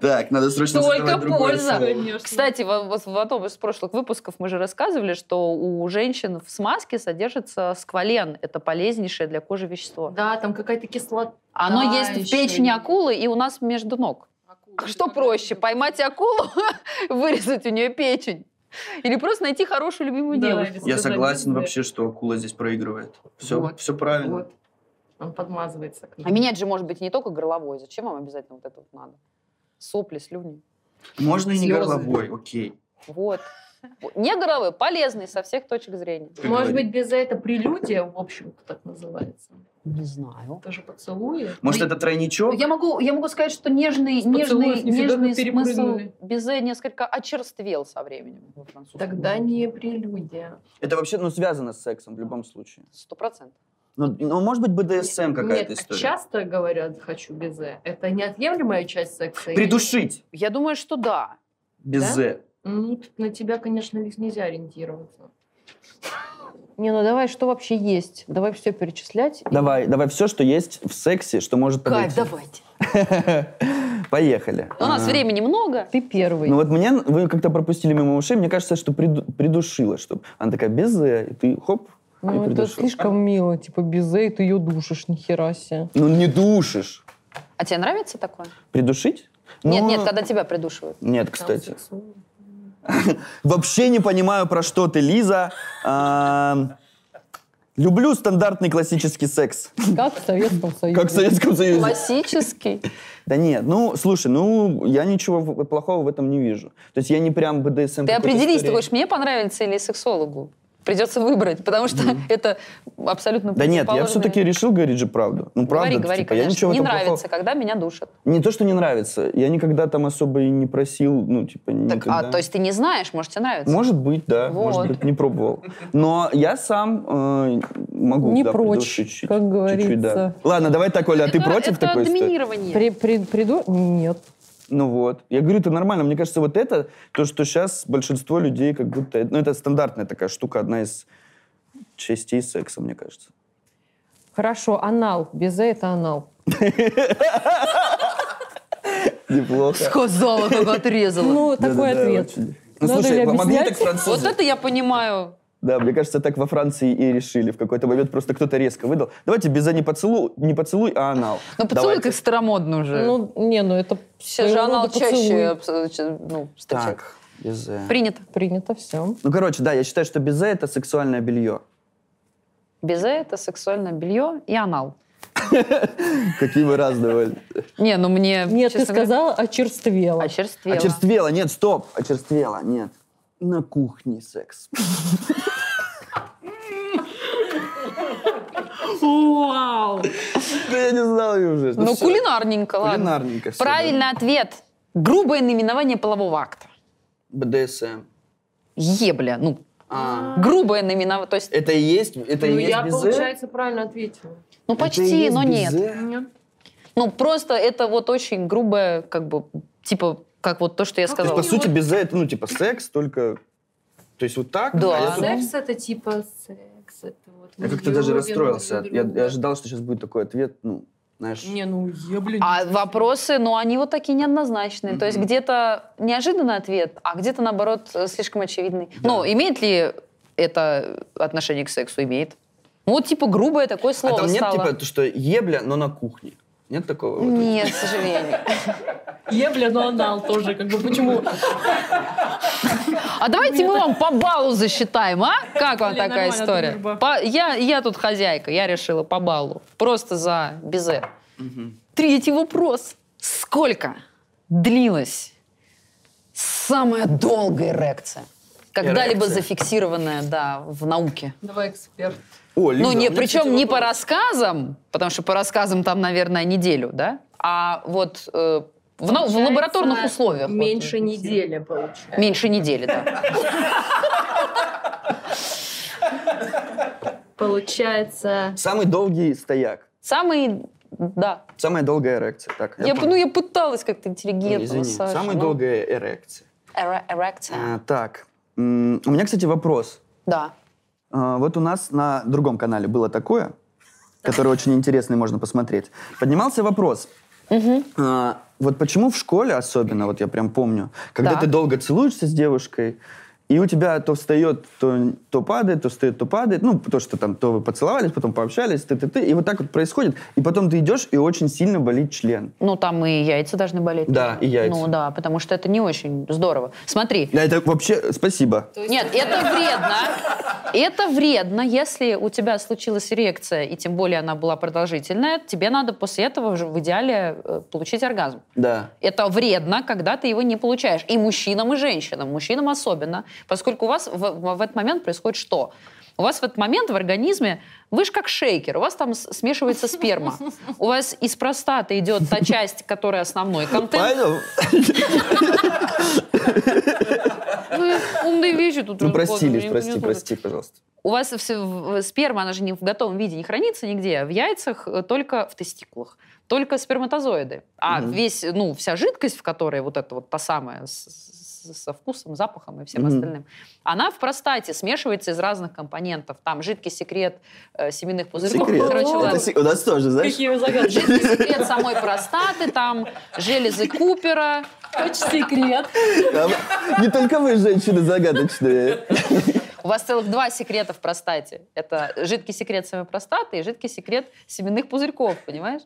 [SPEAKER 5] Так, надо срочно
[SPEAKER 2] Только
[SPEAKER 5] задавать другое
[SPEAKER 2] польза.
[SPEAKER 5] слово.
[SPEAKER 4] Конечно.
[SPEAKER 2] Кстати, во- вот в одном из прошлых выпусков мы же рассказывали, что у женщин в смазке содержится сквален. Это полезнейшее для кожи вещество.
[SPEAKER 4] Да, там какая-то кислота.
[SPEAKER 2] Оно
[SPEAKER 4] Да,
[SPEAKER 2] есть в
[SPEAKER 4] ещё
[SPEAKER 2] печени
[SPEAKER 4] и-
[SPEAKER 2] акулы и у нас между ног. а Что проще, поймать акулу, вырезать у нее печень? Или просто найти хорошую любимую
[SPEAKER 4] Да,
[SPEAKER 2] девушку?
[SPEAKER 4] или
[SPEAKER 3] Я
[SPEAKER 4] сказать
[SPEAKER 3] согласен
[SPEAKER 4] безе.
[SPEAKER 3] вообще, что акула здесь проигрывает. Все,
[SPEAKER 4] Вот.
[SPEAKER 3] все правильно.
[SPEAKER 4] Вот. Он подмазывается. к ней.
[SPEAKER 2] А менять же может быть не только горловой. Зачем вам обязательно вот это вот надо? Сопли, слюни.
[SPEAKER 3] Можно и не
[SPEAKER 4] Слезы.
[SPEAKER 3] горловой, окей.
[SPEAKER 2] Вот. Не горловой, полезный со всех точек зрения.
[SPEAKER 3] Ты
[SPEAKER 4] Может
[SPEAKER 3] говори.
[SPEAKER 4] быть, безе это прелюдия, в общем-то, так называется.
[SPEAKER 2] Не знаю.
[SPEAKER 4] Тоже поцелуи.
[SPEAKER 3] Может,
[SPEAKER 2] Ну,
[SPEAKER 3] это тройничок?
[SPEAKER 2] Я могу, я могу сказать, что нежный, нежный,
[SPEAKER 4] поцелуев нифига
[SPEAKER 2] нежный
[SPEAKER 4] не
[SPEAKER 2] смысл
[SPEAKER 4] перепрыгнули.
[SPEAKER 2] безе несколько очерствел со временем. во французском.
[SPEAKER 4] Тогда не прелюдия.
[SPEAKER 5] Это вообще ну, связано с сексом в любом случае.
[SPEAKER 2] Сто процентов.
[SPEAKER 5] Ну, ну, может быть,
[SPEAKER 3] БДСМ
[SPEAKER 4] Нет,
[SPEAKER 3] какая-то
[SPEAKER 4] а
[SPEAKER 3] история.
[SPEAKER 4] часто говорят «хочу безе». Это неотъемлемая часть секса? или-
[SPEAKER 3] Придушить
[SPEAKER 2] Я думаю, что да.
[SPEAKER 3] безе.
[SPEAKER 4] Ну, тут на тебя, конечно, ведь нельзя ориентироваться.
[SPEAKER 2] Не, ну давай, что вообще есть? Давай все перечислять.
[SPEAKER 5] Давай, давай все, что есть в сексе, что может
[SPEAKER 2] Кайф,
[SPEAKER 5] подойти.
[SPEAKER 2] давайте.
[SPEAKER 5] Поехали.
[SPEAKER 2] У нас
[SPEAKER 5] А.
[SPEAKER 2] времени много. Ты первый.
[SPEAKER 5] Ну вот меня, вы как-то пропустили мимо ушей, мне кажется, что приду- придушила, чтобы она такая безе, и ты хоп, и А?
[SPEAKER 1] Ну, это
[SPEAKER 5] придушила.
[SPEAKER 1] слишком мило, типа безе, и ты ее душишь, нихера себе.
[SPEAKER 5] Ну не душишь.
[SPEAKER 2] А тебе нравится такое?
[SPEAKER 5] Придушить?
[SPEAKER 2] Нет,
[SPEAKER 5] Ну,
[SPEAKER 2] нет, когда тебя придушивают.
[SPEAKER 5] Нет,
[SPEAKER 4] Там
[SPEAKER 5] кстати.
[SPEAKER 4] сексуально.
[SPEAKER 5] Вообще не понимаю, про что ты, Лиза. Ам, Люблю стандартный классический секс,
[SPEAKER 1] Как в Советском Союзе.
[SPEAKER 5] как в Советском Союзе.
[SPEAKER 2] Классический.
[SPEAKER 5] Да нет, ну, слушай, ну, я ничего в- плохого в этом не вижу. То есть я не прям БДСМ.
[SPEAKER 2] Ты
[SPEAKER 5] какой-то
[SPEAKER 2] определись, ты
[SPEAKER 5] скорее.
[SPEAKER 2] хочешь мне понравится или сексологу? Придется выбрать, потому что это абсолютно
[SPEAKER 5] Да нет, я
[SPEAKER 2] противоположное.
[SPEAKER 5] все-таки решил говорить же правду. Ну, правда,
[SPEAKER 2] Говори, говори,
[SPEAKER 5] типа, я
[SPEAKER 2] конечно.
[SPEAKER 5] ничего в
[SPEAKER 2] Не
[SPEAKER 5] этом
[SPEAKER 2] нравится,
[SPEAKER 5] плохого-
[SPEAKER 2] когда меня душат.
[SPEAKER 5] Не то, что не нравится. Я никогда там особо и не просил, ну, типа,
[SPEAKER 2] Так,
[SPEAKER 5] никогда.
[SPEAKER 2] а, то есть ты не знаешь, может, тебе нравится.
[SPEAKER 5] Может быть, да.
[SPEAKER 2] Вот.
[SPEAKER 5] Может быть, не пробовал. Но я сам э, могу.
[SPEAKER 1] Не
[SPEAKER 5] да,
[SPEAKER 1] прочь,
[SPEAKER 5] приду чуть-чуть.
[SPEAKER 1] как
[SPEAKER 5] Чуть-чуть, да.
[SPEAKER 1] говорится.
[SPEAKER 5] Ладно, давай так, Оля, а ты
[SPEAKER 2] Это-
[SPEAKER 5] против
[SPEAKER 2] это
[SPEAKER 5] такой истории?
[SPEAKER 2] доминирование.
[SPEAKER 1] При- при- приду? Нет.
[SPEAKER 5] Ну вот. Я говорю, это нормально. Мне кажется, вот это, то, что сейчас большинство людей как будто... Ну, это стандартная такая штука, одна из частей секса, мне кажется.
[SPEAKER 1] Хорошо, анал. Безе это анал.
[SPEAKER 5] Неплохо.
[SPEAKER 2] Сказала, как отрезала.
[SPEAKER 1] Ну, такой
[SPEAKER 5] Да-да-да,
[SPEAKER 1] ответ.
[SPEAKER 5] очень.
[SPEAKER 1] Надо
[SPEAKER 5] Ну,
[SPEAKER 1] ли
[SPEAKER 5] слушай, помогли
[SPEAKER 1] объяснять?
[SPEAKER 5] так французы?
[SPEAKER 2] Вот это я понимаю.
[SPEAKER 5] Да, мне кажется, так во Франции и решили. В какой-то момент просто кто-то резко выдал. Давайте без «а» не поцелуй, не поцелуй, а анал.
[SPEAKER 2] Ну, поцелуй
[SPEAKER 5] Давайте.
[SPEAKER 2] как старомодно уже.
[SPEAKER 1] Ну, не, ну это
[SPEAKER 2] Все же
[SPEAKER 1] своего
[SPEAKER 2] анал
[SPEAKER 1] рода
[SPEAKER 2] чаще
[SPEAKER 1] поцелуй.
[SPEAKER 2] э, ч- ну, встречается.
[SPEAKER 5] Так, без «э».
[SPEAKER 2] Принято.
[SPEAKER 1] Принято все.
[SPEAKER 5] Ну, короче, да, я считаю, что безе это сексуальное белье.
[SPEAKER 2] Безе — это сексуальное белье и анал.
[SPEAKER 5] Какие вы разные, Оль.
[SPEAKER 2] Не, ну мне...
[SPEAKER 1] Нет, ты
[SPEAKER 2] честно говоря, А
[SPEAKER 1] сказала очерствела.
[SPEAKER 5] А
[SPEAKER 2] Очерствела.
[SPEAKER 5] Очерствела, нет, стоп. Очерствела, нет. На кухне секс.
[SPEAKER 2] Вау!
[SPEAKER 5] Да я не знал ее уже.
[SPEAKER 2] Ну,
[SPEAKER 5] всё.
[SPEAKER 2] кулинарненько, ладно.
[SPEAKER 5] Кулинарненько всё, да.
[SPEAKER 2] Правильный ответ. Грубое наименование полового акта.
[SPEAKER 5] БДСМ.
[SPEAKER 2] Ебля, ну,
[SPEAKER 5] А,
[SPEAKER 2] грубое наименование, то есть,
[SPEAKER 5] Это и есть, это и
[SPEAKER 4] ну,
[SPEAKER 5] есть Э?
[SPEAKER 4] я,
[SPEAKER 5] безе?
[SPEAKER 4] получается, правильно ответила.
[SPEAKER 5] Это
[SPEAKER 2] ну,
[SPEAKER 5] и
[SPEAKER 2] почти,
[SPEAKER 5] есть
[SPEAKER 2] но нет.
[SPEAKER 5] безе?
[SPEAKER 2] Ну, просто это вот очень грубое, как бы, типа, как вот то, что я
[SPEAKER 4] Как
[SPEAKER 5] Ну, То есть,
[SPEAKER 2] сказала.
[SPEAKER 5] по сути, безе это, ну, типа, секс, только... То есть, вот так?
[SPEAKER 2] Да.
[SPEAKER 5] а я
[SPEAKER 4] А
[SPEAKER 5] тут-
[SPEAKER 2] ну.
[SPEAKER 4] секс это типа секс. Это вот
[SPEAKER 5] Я
[SPEAKER 4] мы
[SPEAKER 5] как-то даже
[SPEAKER 4] любим
[SPEAKER 5] расстроился.
[SPEAKER 4] друг
[SPEAKER 5] Я,
[SPEAKER 4] друга.
[SPEAKER 5] я ожидал, что сейчас будет такой ответ, ну, знаешь...
[SPEAKER 4] Не, ну я, блин.
[SPEAKER 2] А вопросы, ну, они вот такие неоднозначные. То есть
[SPEAKER 5] Мгм.
[SPEAKER 2] где-то неожиданный ответ, а где-то, наоборот, э, слишком очевидный. Ну, имеет ли это отношение к сексу? Имеет. Ну, вот, типа, грубое такое
[SPEAKER 5] А
[SPEAKER 2] слово
[SPEAKER 5] там нет,
[SPEAKER 2] стало.
[SPEAKER 5] типа, то, что ебля, но на кухне? Нет такого? вот?
[SPEAKER 2] Нет, к сожалению.
[SPEAKER 4] Ебля, но ну, анал тоже, как бы почему?
[SPEAKER 2] А давайте мы вам по баллу засчитаем, а? Как вам
[SPEAKER 4] Блин,
[SPEAKER 2] такая
[SPEAKER 4] нормально, ты
[SPEAKER 2] история?
[SPEAKER 4] дружба.
[SPEAKER 2] По- я, я тут хозяйка, я решила по баллу. Просто за безе.
[SPEAKER 5] Мгм.
[SPEAKER 2] Третий вопрос. Сколько длилась самая долгая эрекция? Когда-либо
[SPEAKER 5] Эрекция.
[SPEAKER 2] зафиксированная, да, в науке.
[SPEAKER 4] Давай эксперт.
[SPEAKER 5] О, Лиза,
[SPEAKER 2] ну,
[SPEAKER 5] у меня,
[SPEAKER 2] не,
[SPEAKER 5] кстати,
[SPEAKER 2] причем не по
[SPEAKER 5] вопрос.
[SPEAKER 2] рассказам, потому что по рассказам там, наверное, неделю, да? А вот э, в, нау- в
[SPEAKER 4] Получается,
[SPEAKER 2] лабораторных условиях. вот.
[SPEAKER 4] Меньше недели получается.
[SPEAKER 2] Меньше недели, да.
[SPEAKER 4] Получается.
[SPEAKER 5] Самый долгий стояк.
[SPEAKER 2] Самый, да.
[SPEAKER 5] Самая долгая эрекция. Так,
[SPEAKER 2] Я,
[SPEAKER 5] понял.
[SPEAKER 2] ну, я пыталась как-то
[SPEAKER 5] Ну,
[SPEAKER 2] интеллигентно,
[SPEAKER 5] Извини.
[SPEAKER 2] Саша,
[SPEAKER 5] Самая
[SPEAKER 2] ну.
[SPEAKER 5] долгая эрекция.
[SPEAKER 2] Эре- Эрекция.
[SPEAKER 5] А, так, М, у меня, кстати, вопрос.
[SPEAKER 2] Да.
[SPEAKER 5] А, Вот у нас на другом канале было такое, которое очень интересное, можно посмотреть. Поднимался вопрос. А, Вот почему в школе особенно, вот я прям помню, когда
[SPEAKER 2] Так.
[SPEAKER 5] ты долго целуешься с девушкой, и у тебя то встает, то, то падает, то встает, то падает. Ну, потому что там то вы поцеловались, потом пообщались, ты-ты-ты. И вот так вот происходит. И потом ты идешь, и очень сильно болит член.
[SPEAKER 2] Ну, там и яйца должны болеть.
[SPEAKER 5] Да, и яйца.
[SPEAKER 2] Ну, да, потому что это не очень здорово. Смотри.
[SPEAKER 5] Да, это вообще... Спасибо.
[SPEAKER 2] Нет, это вредно. Это вредно, если у тебя случилась эрекция, и тем более она была продолжительная, тебе надо после этого уже в идеале э, получить оргазм.
[SPEAKER 5] Да.
[SPEAKER 2] Это вредно, когда ты его не получаешь. И мужчинам, и женщинам. Мужчинам особенно. Поскольку у вас в, в- в этот момент происходит что? У вас в этот момент в организме, вы же как шейкер, у вас там с- смешивается сперма. У вас из простаты идет та часть, которая основной контент.
[SPEAKER 5] Понял?
[SPEAKER 2] Вы умные вещи тут.
[SPEAKER 5] Ну,
[SPEAKER 2] разгоняете,
[SPEAKER 5] прости, Лиз,
[SPEAKER 2] я не
[SPEAKER 5] прости,
[SPEAKER 2] понимаю.
[SPEAKER 5] прости, пожалуйста.
[SPEAKER 2] У вас все, в- сперма, она же не в готовом виде не хранится нигде, а в яйцах э, только в тестикулах, только сперматозоиды. А
[SPEAKER 5] Мгм.
[SPEAKER 2] весь, ну, вся жидкость, в которой вот эта вот та самая с- с- со вкусом, запахом и всем
[SPEAKER 5] Мгм.
[SPEAKER 2] остальным, она в простате смешивается из разных компонентов. Там жидкий секрет э, семенных пузырьков.
[SPEAKER 5] Секрет.
[SPEAKER 2] Короче,
[SPEAKER 4] О,
[SPEAKER 2] да.
[SPEAKER 5] Это се- У нас тоже, знаешь?
[SPEAKER 4] Какие вы загадки.
[SPEAKER 2] Жидкий секрет самой простаты, там железы Купера.
[SPEAKER 4] Хочешь секрет?
[SPEAKER 5] Там Не только вы, женщины, загадочные.
[SPEAKER 2] У вас целых два секрета в простате. Это жидкий секрет самой простаты и жидкий секрет семенных пузырьков, понимаешь?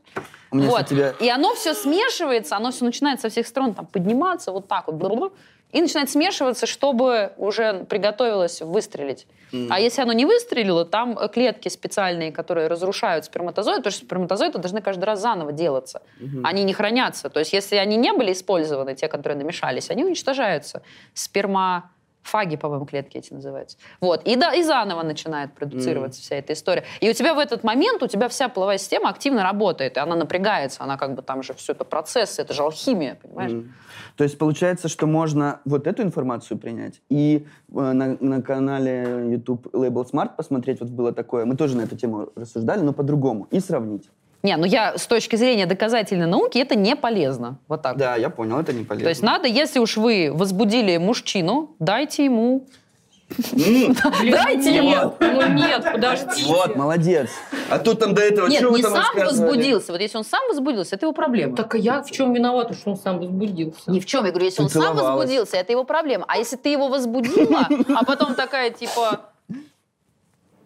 [SPEAKER 5] У меня,
[SPEAKER 2] Вот.
[SPEAKER 5] кстати, тебя...
[SPEAKER 2] И оно все смешивается, оно все начинает со всех сторон там подниматься, вот так вот, бла-бла-бла, и начинает смешиваться, чтобы уже приготовилось выстрелить. А если оно не выстрелило, там э, клетки специальные, которые разрушают сперматозоиды, потому что сперматозоиды должны каждый раз заново делаться. Они не хранятся. То есть если они не были использованы, те, которые намешались, они уничтожаются. Сперма Фаги, по-моему, клетки эти называются. Вот. И, да, и заново начинает продуцироваться вся эта история. И у тебя в этот момент, у тебя вся половая система активно работает, и она напрягается, она как бы там же все это процесс, это же алхимия, понимаешь?
[SPEAKER 5] Мгм. То есть получается, что можно вот эту информацию принять и э, на, на канале YouTube Label Smart посмотреть, вот было такое, мы тоже на эту тему рассуждали, но по-другому, и сравнить.
[SPEAKER 2] Не, ну я с точки зрения доказательной науки, это не полезно. Вот так.
[SPEAKER 5] Да, я понял, это не полезно.
[SPEAKER 2] То есть надо, если уж вы возбудили мужчину, дайте ему...
[SPEAKER 3] М,
[SPEAKER 4] Блин,
[SPEAKER 2] Дайте
[SPEAKER 4] нет, ну нет, подождите.
[SPEAKER 3] Вот.
[SPEAKER 5] Молодец.
[SPEAKER 3] А тут там до этого...
[SPEAKER 2] Нет,
[SPEAKER 3] чё вы
[SPEAKER 2] не
[SPEAKER 3] там
[SPEAKER 2] сам
[SPEAKER 3] рассказывали?
[SPEAKER 2] возбудился. Вот если он сам возбудился, это его проблема.
[SPEAKER 4] Так а я в чем виновата, что он сам возбудился?
[SPEAKER 2] Ни в чем. Я говорю, если
[SPEAKER 5] Ты
[SPEAKER 2] он сам
[SPEAKER 5] целовалась.
[SPEAKER 2] возбудился, это его проблема. А если ты его возбудила, а потом такая, типа,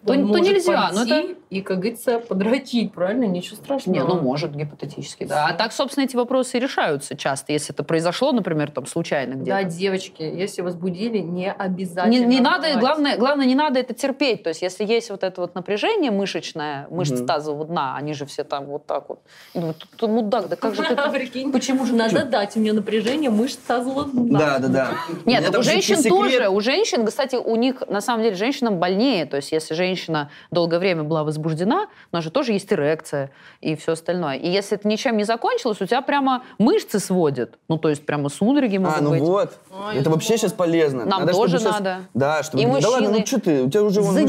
[SPEAKER 2] то-
[SPEAKER 4] Он
[SPEAKER 2] то
[SPEAKER 4] может
[SPEAKER 2] нельзя,
[SPEAKER 4] пойти
[SPEAKER 2] ну это-
[SPEAKER 4] и, как говорится, подрочить, правильно? Ничего страшного.
[SPEAKER 2] не, ну может, гипотетически, да. А так, собственно, эти вопросы и решаются часто, если это произошло, например, там, случайно
[SPEAKER 4] Да,
[SPEAKER 2] где-то.
[SPEAKER 4] девочки, если возбудили, не обязательно.
[SPEAKER 2] Не, не надо,
[SPEAKER 4] врать.
[SPEAKER 2] главное, главное, не надо это терпеть. То есть, если есть вот это вот напряжение мышечное, мышцы
[SPEAKER 5] Мгм. тазового
[SPEAKER 2] тазового дна, они же все там вот так вот. И думаю, «Ты- ты мудак, да как же ты это
[SPEAKER 4] Прикинь, почему же надо дать? У меня напряжение мышц тазового дна.
[SPEAKER 5] Да, да, да.
[SPEAKER 2] Нет,
[SPEAKER 3] Это
[SPEAKER 2] так у
[SPEAKER 3] вообще
[SPEAKER 2] женщин
[SPEAKER 3] секрет.
[SPEAKER 2] тоже. У женщин, кстати, у них, на самом деле, женщинам больнее. То есть, если женщина долгое время была возбуждена, у нас же тоже есть эрекция и все остальное. И если это ничем не закончилось, у тебя прямо мышцы сводят. Ну, то есть, прямо судороги могут
[SPEAKER 5] А, ну
[SPEAKER 2] быть.
[SPEAKER 5] вот.
[SPEAKER 4] Ой,
[SPEAKER 5] это вообще
[SPEAKER 4] ну.
[SPEAKER 5] сейчас полезно.
[SPEAKER 2] Нам
[SPEAKER 5] чтобы
[SPEAKER 2] тоже
[SPEAKER 5] щас-
[SPEAKER 2] надо.
[SPEAKER 5] Да, чтобы...
[SPEAKER 2] И
[SPEAKER 5] да ладно, ну
[SPEAKER 2] мужчины.
[SPEAKER 5] что ты, у тебя уже вон мышцы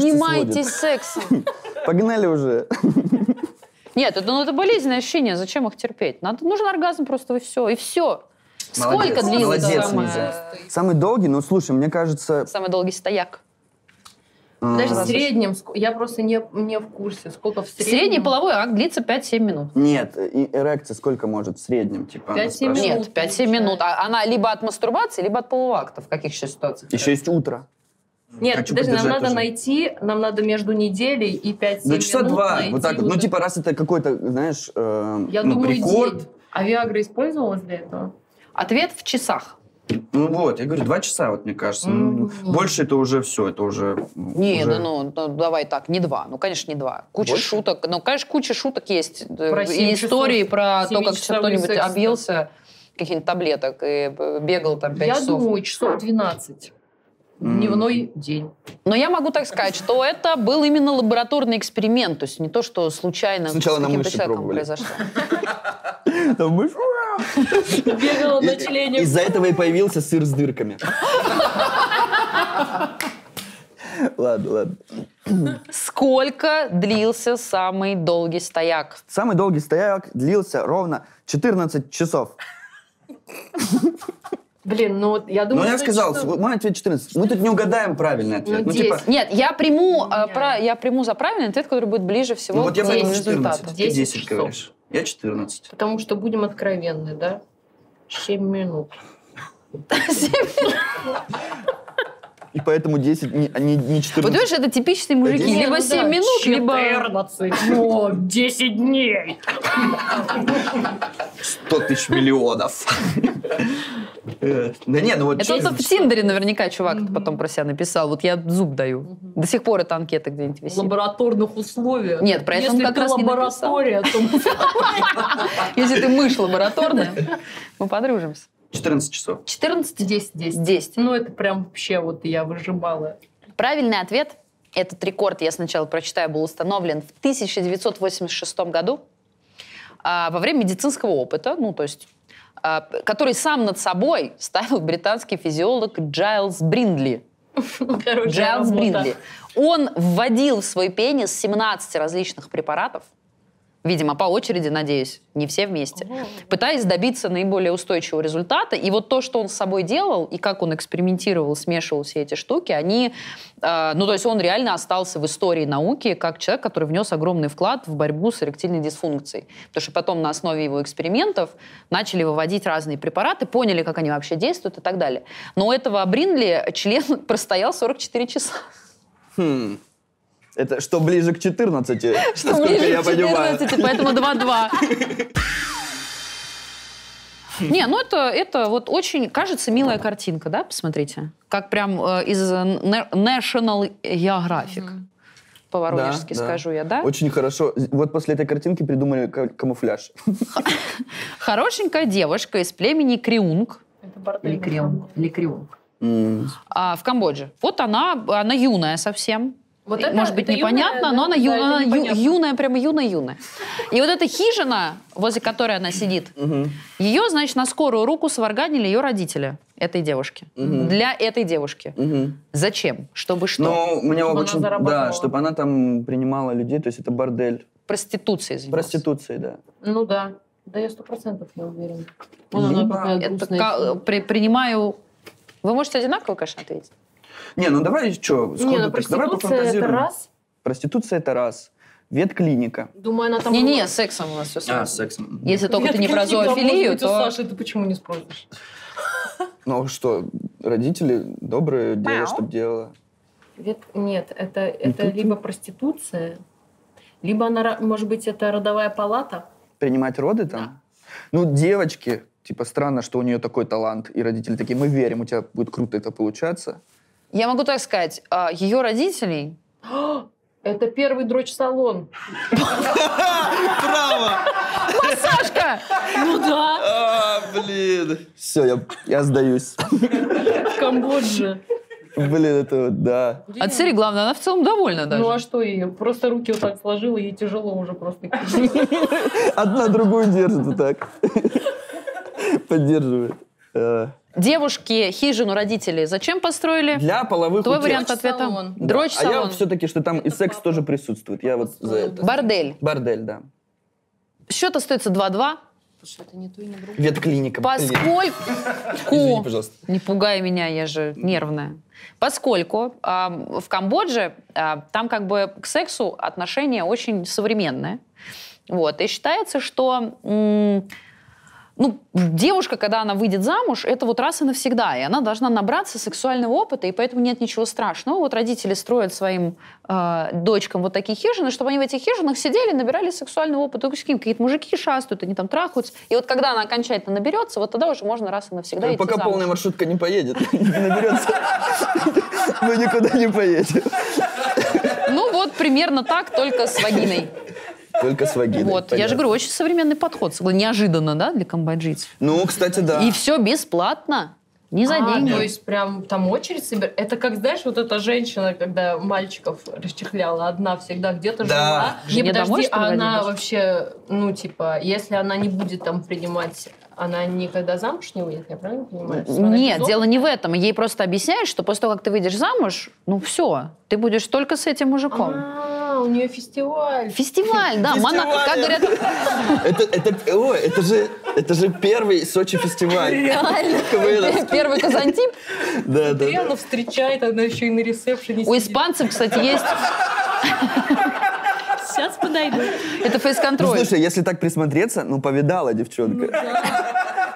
[SPEAKER 5] сводят.
[SPEAKER 2] Занимайтесь сексом.
[SPEAKER 5] Погнали уже.
[SPEAKER 2] Нет, это, ну, это болезненное ощущение. Зачем их терпеть? Надо, нужен оргазм просто и все. И все.
[SPEAKER 5] Молодец,
[SPEAKER 2] Сколько длилось
[SPEAKER 5] молодец,
[SPEAKER 2] самое-
[SPEAKER 5] Лиза. Самый долгий, ну слушай, мне кажется...
[SPEAKER 2] самый долгий стояк?
[SPEAKER 5] а,
[SPEAKER 4] Подожди, в среднем, ск- я просто не, не в курсе, сколько в среднем.
[SPEAKER 2] Средний половой акт длится 5-7 минут.
[SPEAKER 5] Нет, и эрекция сколько может в среднем? Типа, она
[SPEAKER 4] 5-7
[SPEAKER 5] спрашивает?
[SPEAKER 2] Нет, 5-7 минут. А она либо от мастурбации, либо от полового акта. В каких еще ситуациях?
[SPEAKER 5] Еще есть утро.
[SPEAKER 4] Нет,
[SPEAKER 3] Хочу
[SPEAKER 4] подожди, нам
[SPEAKER 3] поддержать
[SPEAKER 4] надо
[SPEAKER 3] тоже.
[SPEAKER 4] найти, нам надо между неделей и 5-7
[SPEAKER 3] Да часа
[SPEAKER 4] минут
[SPEAKER 3] два,
[SPEAKER 4] найти
[SPEAKER 5] Ну, Вот так вот. Ну
[SPEAKER 4] это.
[SPEAKER 5] типа, раз это какой-то, знаешь, э,
[SPEAKER 4] Я
[SPEAKER 5] ну,
[SPEAKER 4] думаю,
[SPEAKER 5] прикорд.
[SPEAKER 4] день. А Виагра использовалась для этого?
[SPEAKER 2] Ответ в часах.
[SPEAKER 3] Ну вот, я говорю, два часа, вот мне кажется. Ну,
[SPEAKER 4] М.
[SPEAKER 3] Больше это уже все, это уже...
[SPEAKER 2] Не,
[SPEAKER 3] уже-
[SPEAKER 2] да ну, ну, давай так, не два. Ну, конечно, не два. Куча
[SPEAKER 5] Больше?
[SPEAKER 2] шуток. Ну, конечно, куча шуток есть. Э,
[SPEAKER 4] Про
[SPEAKER 2] и
[SPEAKER 4] семь
[SPEAKER 2] истории
[SPEAKER 4] часов,
[SPEAKER 2] про то, как
[SPEAKER 4] семичасовой
[SPEAKER 2] кто-нибудь
[SPEAKER 4] секс, да.
[SPEAKER 2] объелся каких-нибудь таблеток и э, бегал там пять
[SPEAKER 4] я
[SPEAKER 2] часов.
[SPEAKER 4] думаю, часов 12.
[SPEAKER 5] М.
[SPEAKER 4] Дневной день.
[SPEAKER 2] Но я могу так сказать, что это был именно лабораторный эксперимент. То есть не то, что случайно
[SPEAKER 5] Сначала
[SPEAKER 2] с
[SPEAKER 5] на
[SPEAKER 2] каким-то
[SPEAKER 5] мыши
[SPEAKER 2] человеком
[SPEAKER 5] пробовали.
[SPEAKER 2] произошло. ну.
[SPEAKER 5] Там мышь.
[SPEAKER 4] Бегала
[SPEAKER 5] И-
[SPEAKER 4] на члене.
[SPEAKER 5] Из-за этого и появился сыр с дырками. Ладно, ладно.
[SPEAKER 2] Сколько длился самый долгий стояк?
[SPEAKER 5] Самый долгий стояк длился ровно 14 часов.
[SPEAKER 4] Блин, ну вот я думаю,
[SPEAKER 3] Ну, я
[SPEAKER 4] что
[SPEAKER 3] сказал,
[SPEAKER 4] часов-
[SPEAKER 5] Вот Мой ответ 14. Мы тут не угадаем правильный ответ.
[SPEAKER 4] Ну,
[SPEAKER 5] Ну, типа,
[SPEAKER 4] 10.
[SPEAKER 2] Нет, я приму, э,
[SPEAKER 4] Не.
[SPEAKER 2] про- я приму за правильный ответ, который будет ближе всего
[SPEAKER 3] Ну, вот я
[SPEAKER 2] к
[SPEAKER 3] поэтому
[SPEAKER 2] результату.
[SPEAKER 3] 14. Ты
[SPEAKER 4] 10
[SPEAKER 3] 10
[SPEAKER 4] часов.
[SPEAKER 3] говоришь. Я 14.
[SPEAKER 4] Потому что будем откровенны, да? 7 минут.
[SPEAKER 5] и поэтому 10, не, а не- не
[SPEAKER 2] А Вот
[SPEAKER 5] 14.
[SPEAKER 2] понимаешь, это типичные мужики.
[SPEAKER 5] Не,
[SPEAKER 4] ну
[SPEAKER 2] либо 7 минут, либо...
[SPEAKER 4] 14, но 10 дней.
[SPEAKER 3] 100 тысяч миллионов. Э, Да не, ну вот
[SPEAKER 2] Это вот
[SPEAKER 3] честно,
[SPEAKER 2] в Тиндере наверняка чувак
[SPEAKER 4] Мгм.
[SPEAKER 2] потом про себя написал. Вот я зуб даю. До сих пор эта анкета где-нибудь
[SPEAKER 4] ну, В
[SPEAKER 2] висит.
[SPEAKER 4] лабораторных условиях.
[SPEAKER 2] Нет, про это
[SPEAKER 4] Если
[SPEAKER 2] он как
[SPEAKER 4] ты
[SPEAKER 2] раз не
[SPEAKER 4] лаборатория, то
[SPEAKER 2] Если ты мышь лабораторная, мы подружимся.
[SPEAKER 3] 14 часов.
[SPEAKER 2] 14
[SPEAKER 4] 10, 10.
[SPEAKER 2] 10.
[SPEAKER 4] Ну, это прям вообще вот я выжимала.
[SPEAKER 2] Правильный ответ. Этот рекорд, я сначала прочитаю, был установлен в 1986 году а, во время медицинского опыта, ну, то есть, а, п- который сам над собой ставил британский физиолог Джайлз Бриндли.
[SPEAKER 4] Хорошая
[SPEAKER 2] Джайлз
[SPEAKER 4] работа.
[SPEAKER 2] Бриндли. Он вводил в свой пенис 17 различных препаратов, видимо, по очереди, надеюсь, не все вместе, пытаясь добиться наиболее устойчивого результата. И вот то, что он с собой делал, и как он экспериментировал, смешивал все эти штуки, они... э, ну, то есть он реально остался в истории науки как человек, который внес огромный вклад в борьбу с эректильной дисфункцией. Потому что потом на основе его экспериментов начали выводить разные препараты, поняли, как они вообще действуют и так далее. Но у этого Бринли член простоял 44 часа.
[SPEAKER 5] Хм. Это что ближе к 14,
[SPEAKER 2] Что
[SPEAKER 5] насколько
[SPEAKER 2] ближе
[SPEAKER 5] я
[SPEAKER 2] к
[SPEAKER 5] понимаю.
[SPEAKER 2] 14, поэтому 2-2. Не, ну это, это вот очень, кажется, милая картинка, да, посмотрите. Как прям э, из э, на- National Geographic, по-воронежски
[SPEAKER 5] Да, да.
[SPEAKER 2] скажу я, да?
[SPEAKER 5] Очень хорошо. Вот после этой картинки придумали ка- камуфляж.
[SPEAKER 2] Хорошенькая девушка из племени Криунг.
[SPEAKER 4] Это бордель.
[SPEAKER 2] Ликрион.
[SPEAKER 5] М,
[SPEAKER 2] а, в Камбодже. Вот она, она юная совсем.
[SPEAKER 4] Вот
[SPEAKER 2] И, Э, Может быть, непонятно,
[SPEAKER 4] юная,
[SPEAKER 2] но
[SPEAKER 4] да,
[SPEAKER 2] она
[SPEAKER 4] да,
[SPEAKER 2] ю-
[SPEAKER 4] это
[SPEAKER 2] она ю-
[SPEAKER 4] непонятно.
[SPEAKER 2] юная, прямо юная-юная. И вот эта хижина, возле которой она сидит,
[SPEAKER 5] мгм,
[SPEAKER 2] ее, значит, на скорую руку сварганили ее родители, этой девушки.
[SPEAKER 5] Мгм.
[SPEAKER 2] Для этой девушки.
[SPEAKER 5] мгм.
[SPEAKER 2] Зачем? Чтобы что?
[SPEAKER 5] Ну, мне
[SPEAKER 4] она
[SPEAKER 5] очень... Да,
[SPEAKER 4] зарабатывала.
[SPEAKER 5] чтобы она там принимала людей, то есть это бордель.
[SPEAKER 2] Проституцией
[SPEAKER 3] Типа.
[SPEAKER 2] занималась.
[SPEAKER 5] Проституцией, да.
[SPEAKER 4] Ну да. Да я сто процентов не уверена.
[SPEAKER 5] Вон она Либо
[SPEAKER 4] какая
[SPEAKER 2] Это ка- при- принимаю... Вы можете одинаково, конечно, ответить?
[SPEAKER 5] Не, ну давай что,
[SPEAKER 4] Не, ну
[SPEAKER 5] сходу так, давай
[SPEAKER 4] проституция это
[SPEAKER 5] пофантазируем.
[SPEAKER 4] раз.
[SPEAKER 5] Проституция это раз. Ветклиника.
[SPEAKER 4] Думаю, она там...
[SPEAKER 2] Не-не, с сексом у нас все
[SPEAKER 3] А,
[SPEAKER 2] сразу.
[SPEAKER 3] секс. м.
[SPEAKER 2] Если только
[SPEAKER 4] Я
[SPEAKER 2] ты не
[SPEAKER 4] такая,
[SPEAKER 2] про
[SPEAKER 4] типа, может
[SPEAKER 2] зоофилию,
[SPEAKER 4] быть, у
[SPEAKER 2] то...
[SPEAKER 4] Саши ты почему не спросишь?
[SPEAKER 5] Ну а что, родители добрые, дело,
[SPEAKER 2] Мяу.
[SPEAKER 5] чтоб делала.
[SPEAKER 4] Вет- Нет, это, это
[SPEAKER 5] тут-
[SPEAKER 4] либо проституция, либо она, ра- может быть, это родовая палата.
[SPEAKER 5] Принимать роды там? Ну, девочки, типа странно, что у нее такой талант, и родители такие, мы верим, у тебя будет круто это получаться.
[SPEAKER 2] Я могу так сказать, а, ее родителей
[SPEAKER 4] Это первый дрочь-салон.
[SPEAKER 3] Право!
[SPEAKER 2] Сашка! Ну да.
[SPEAKER 3] А, блин.
[SPEAKER 5] Все, я, я сдаюсь.
[SPEAKER 4] В Камбодже.
[SPEAKER 5] Блин, это вот, да.
[SPEAKER 2] А теперь главное, она в целом довольна даже.
[SPEAKER 4] Ну а что ее? Просто руки вот так сложила, ей тяжело уже просто.
[SPEAKER 5] Одна другую держит вот так. Поддерживает. Э,
[SPEAKER 2] Девушки хижину родителей зачем построили?
[SPEAKER 5] Для половых
[SPEAKER 2] Э, Твой
[SPEAKER 5] утех.
[SPEAKER 2] вариант ответа?
[SPEAKER 4] Дрочь-салон.
[SPEAKER 5] Да.
[SPEAKER 2] Дрочь
[SPEAKER 5] А я
[SPEAKER 2] салон.
[SPEAKER 5] все-таки, что там и секс тоже присутствует. Я вот за это.
[SPEAKER 2] Бордель.
[SPEAKER 5] Бордель, да.
[SPEAKER 2] Счет остается 2-2,
[SPEAKER 4] Слушай, это не то и не другое.
[SPEAKER 5] Ветклиника. Блин. Извини,
[SPEAKER 2] поскольку...
[SPEAKER 5] пожалуйста.
[SPEAKER 2] Не пугай меня, я же нервная. Поскольку а, в Камбодже а, там как бы к сексу отношение очень современное. Вот. И считается, что м, ну, девушка, когда она выйдет замуж, это вот раз и навсегда. И она должна набраться сексуального опыта, и поэтому нет ничего страшного. Вот родители строят своим э, дочкам вот такие хижины, чтобы они в этих хижинах сидели, набирали сексуального опыта. Только с кем какие-то мужики шастают, они там трахаются. И вот когда она окончательно наберется, вот тогда уже можно раз и навсегда идти
[SPEAKER 5] Э, Пока
[SPEAKER 2] замуж.
[SPEAKER 5] полная маршрутка не поедет, не наберется, мы никуда не поедем.
[SPEAKER 2] Ну вот примерно так, только с вагиной.
[SPEAKER 5] Только с вагиной.
[SPEAKER 2] Вот, я же
[SPEAKER 5] понятно.
[SPEAKER 2] говорю, очень современный подход. Согла- Неожиданно, да, для камбоджийцев.
[SPEAKER 5] Ну, кстати, да.
[SPEAKER 2] И все бесплатно, не за
[SPEAKER 4] А,
[SPEAKER 2] деньги.
[SPEAKER 4] то есть прям там очередь собирать. Это как, знаешь, вот эта женщина, когда мальчиков расчехляла, одна всегда где-то
[SPEAKER 5] Да.
[SPEAKER 4] жила. Не,
[SPEAKER 2] Жене домой,
[SPEAKER 4] подожди,
[SPEAKER 2] что ли,
[SPEAKER 4] а она
[SPEAKER 2] водить?
[SPEAKER 4] вообще, ну, типа, если она не будет там принимать, она никогда замуж не выйдет, я правильно понимаю?
[SPEAKER 2] Нет,
[SPEAKER 4] Смотрите,
[SPEAKER 2] дело не в этом. Ей просто объясняют, что после того, как ты выйдешь замуж, ну все, ты будешь только с этим мужиком.
[SPEAKER 4] А, у нее фестиваль.
[SPEAKER 2] Фестиваль, да,
[SPEAKER 5] Фестиваль.
[SPEAKER 2] Монако, как говорят,
[SPEAKER 5] Это, это, о, это же, это же первый Сочи фестиваль. Реально.
[SPEAKER 2] первый казантип.
[SPEAKER 5] Да, да, да.
[SPEAKER 4] Реально встречает, она еще и на ресепшене
[SPEAKER 2] У
[SPEAKER 4] сидит.
[SPEAKER 2] испанцев, кстати, есть...
[SPEAKER 4] Сейчас подойду.
[SPEAKER 2] Это
[SPEAKER 5] Ну,
[SPEAKER 2] фейс-контроль.
[SPEAKER 5] слушай, если так присмотреться, ну, повидала девчонка.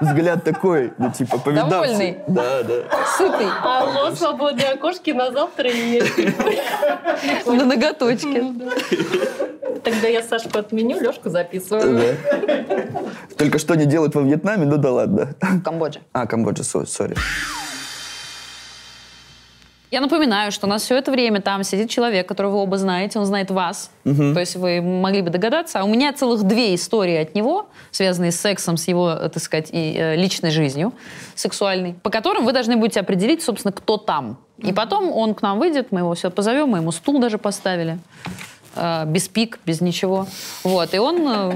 [SPEAKER 5] Взгляд такой, ну, типа, повидал.
[SPEAKER 2] Довольный.
[SPEAKER 5] Да, да.
[SPEAKER 2] Сытый,
[SPEAKER 4] Алло, свободные окошки на завтра и
[SPEAKER 2] на ноготочке.
[SPEAKER 4] Тогда я Сашку отменю, Лешку записываю.
[SPEAKER 5] Да. Только что не делают во Вьетнаме, ну да ладно.
[SPEAKER 2] В Камбодже.
[SPEAKER 5] А, Камбоджа, со- сори.
[SPEAKER 2] Я напоминаю, что у нас все это время там сидит человек, которого вы оба знаете, он знает вас. То есть вы могли бы догадаться. А у меня целых две истории от него, связанные с сексом, с его, э, так сказать, и э, личной жизнью сексуальной, по которым вы должны будете определить, собственно, кто там. И потом он к нам выйдет, мы его все позовем, мы ему стул даже поставили. э, без пик, без ничего. Вот, и он... э,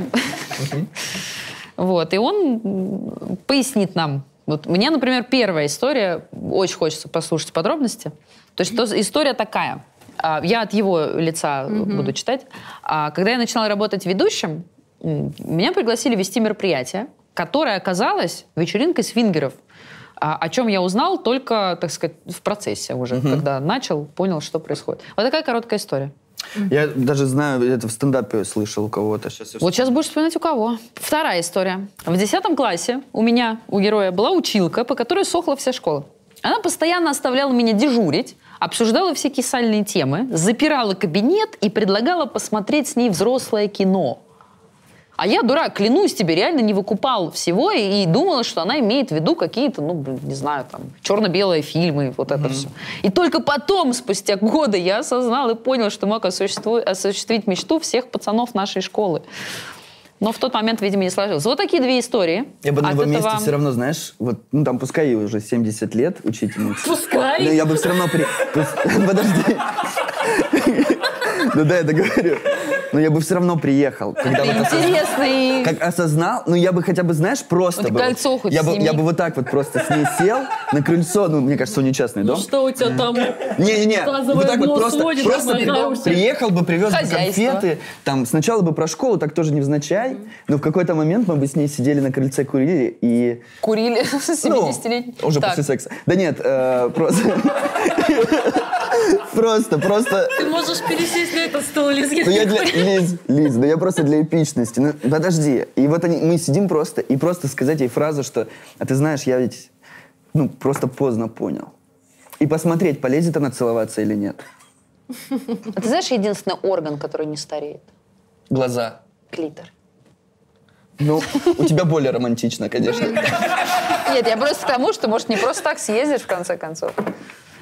[SPEAKER 2] Вот, и он м, пояснит нам. Вот мне, например, первая история, очень хочется послушать подробности. То есть то- история такая. А, Я от его лица буду читать. А, Когда я начинала работать ведущим, м, меня пригласили вести мероприятие, которое оказалось вечеринкой свингеров. А, о чем я узнал только, так сказать, в процессе уже, когда начал, понял, что происходит. Вот такая короткая история.
[SPEAKER 5] Я даже знаю, это в стендапе слышал у кого-то. Сейчас
[SPEAKER 2] Вот сейчас будешь вспоминать у кого. Вторая история. В 10 классе у меня, у героя, была училка, по которой сохла вся школа. Она постоянно оставляла меня дежурить, обсуждала всякие сальные темы, запирала кабинет и предлагала посмотреть с ней взрослое кино. А я, дурак, клянусь тебе, реально не выкупал всего и, и думала, что она имеет в виду какие-то, ну, блин, не знаю, там, черно-белые фильмы, вот это все. И только потом, спустя годы, я осознал и понял, что мог осуществу- осуществить мечту всех пацанов нашей школы. Но в тот момент, видимо, не сложилось. Вот такие две истории.
[SPEAKER 5] Я бы на
[SPEAKER 2] А От
[SPEAKER 5] его месте
[SPEAKER 2] этого-
[SPEAKER 5] все равно, знаешь, вот, ну там пускай ей уже 70 лет учительница.
[SPEAKER 4] Пускай.
[SPEAKER 5] Но я бы все равно при... пус- Подожди. Ну да, я договорю. Но я бы все равно приехал. Когда
[SPEAKER 2] Это
[SPEAKER 5] вот осоз-
[SPEAKER 2] интересный...
[SPEAKER 5] как осознал, ну я бы хотя бы, знаешь, просто
[SPEAKER 2] Вот
[SPEAKER 5] бы... вот-
[SPEAKER 2] кольцо хоть
[SPEAKER 5] я, бы, я
[SPEAKER 2] сними.
[SPEAKER 5] бы вот так вот просто с ней сел на крыльцо, ну мне кажется, у нее частный дом.
[SPEAKER 4] Что у тебя там?
[SPEAKER 5] Не-не-не,
[SPEAKER 4] Глазовое
[SPEAKER 5] вот так
[SPEAKER 4] дно
[SPEAKER 5] вот просто,
[SPEAKER 4] сводит,
[SPEAKER 5] просто
[SPEAKER 4] такой,
[SPEAKER 5] при-
[SPEAKER 4] да, у всех.
[SPEAKER 5] приехал бы, привез бы
[SPEAKER 2] Хозяйство.
[SPEAKER 5] конфеты, там сначала бы про школу, так тоже невзначай, но в какой-то момент мы бы с ней сидели на крыльце курили и...
[SPEAKER 2] Курили
[SPEAKER 5] ну,
[SPEAKER 2] 70-летний.
[SPEAKER 5] уже
[SPEAKER 2] Так,
[SPEAKER 5] после секса. Да нет, э, просто... Просто, просто...
[SPEAKER 4] Ты можешь пересесть на этот стол, Лиз.
[SPEAKER 5] Ну я для... Лиз, Лиз, ну я просто для эпичности. Ну, подожди. И вот они, мы сидим просто, и просто сказать ей фразу, что, а ты знаешь, я ведь, ну, просто поздно понял. И посмотреть, полезет она целоваться или нет.
[SPEAKER 2] а ты знаешь единственный орган, который не стареет?
[SPEAKER 5] Глаза.
[SPEAKER 2] Клитор.
[SPEAKER 5] Ну, у тебя более романтично, конечно.
[SPEAKER 2] Нет, я просто к тому, что, может, не просто так съездишь, в конце концов.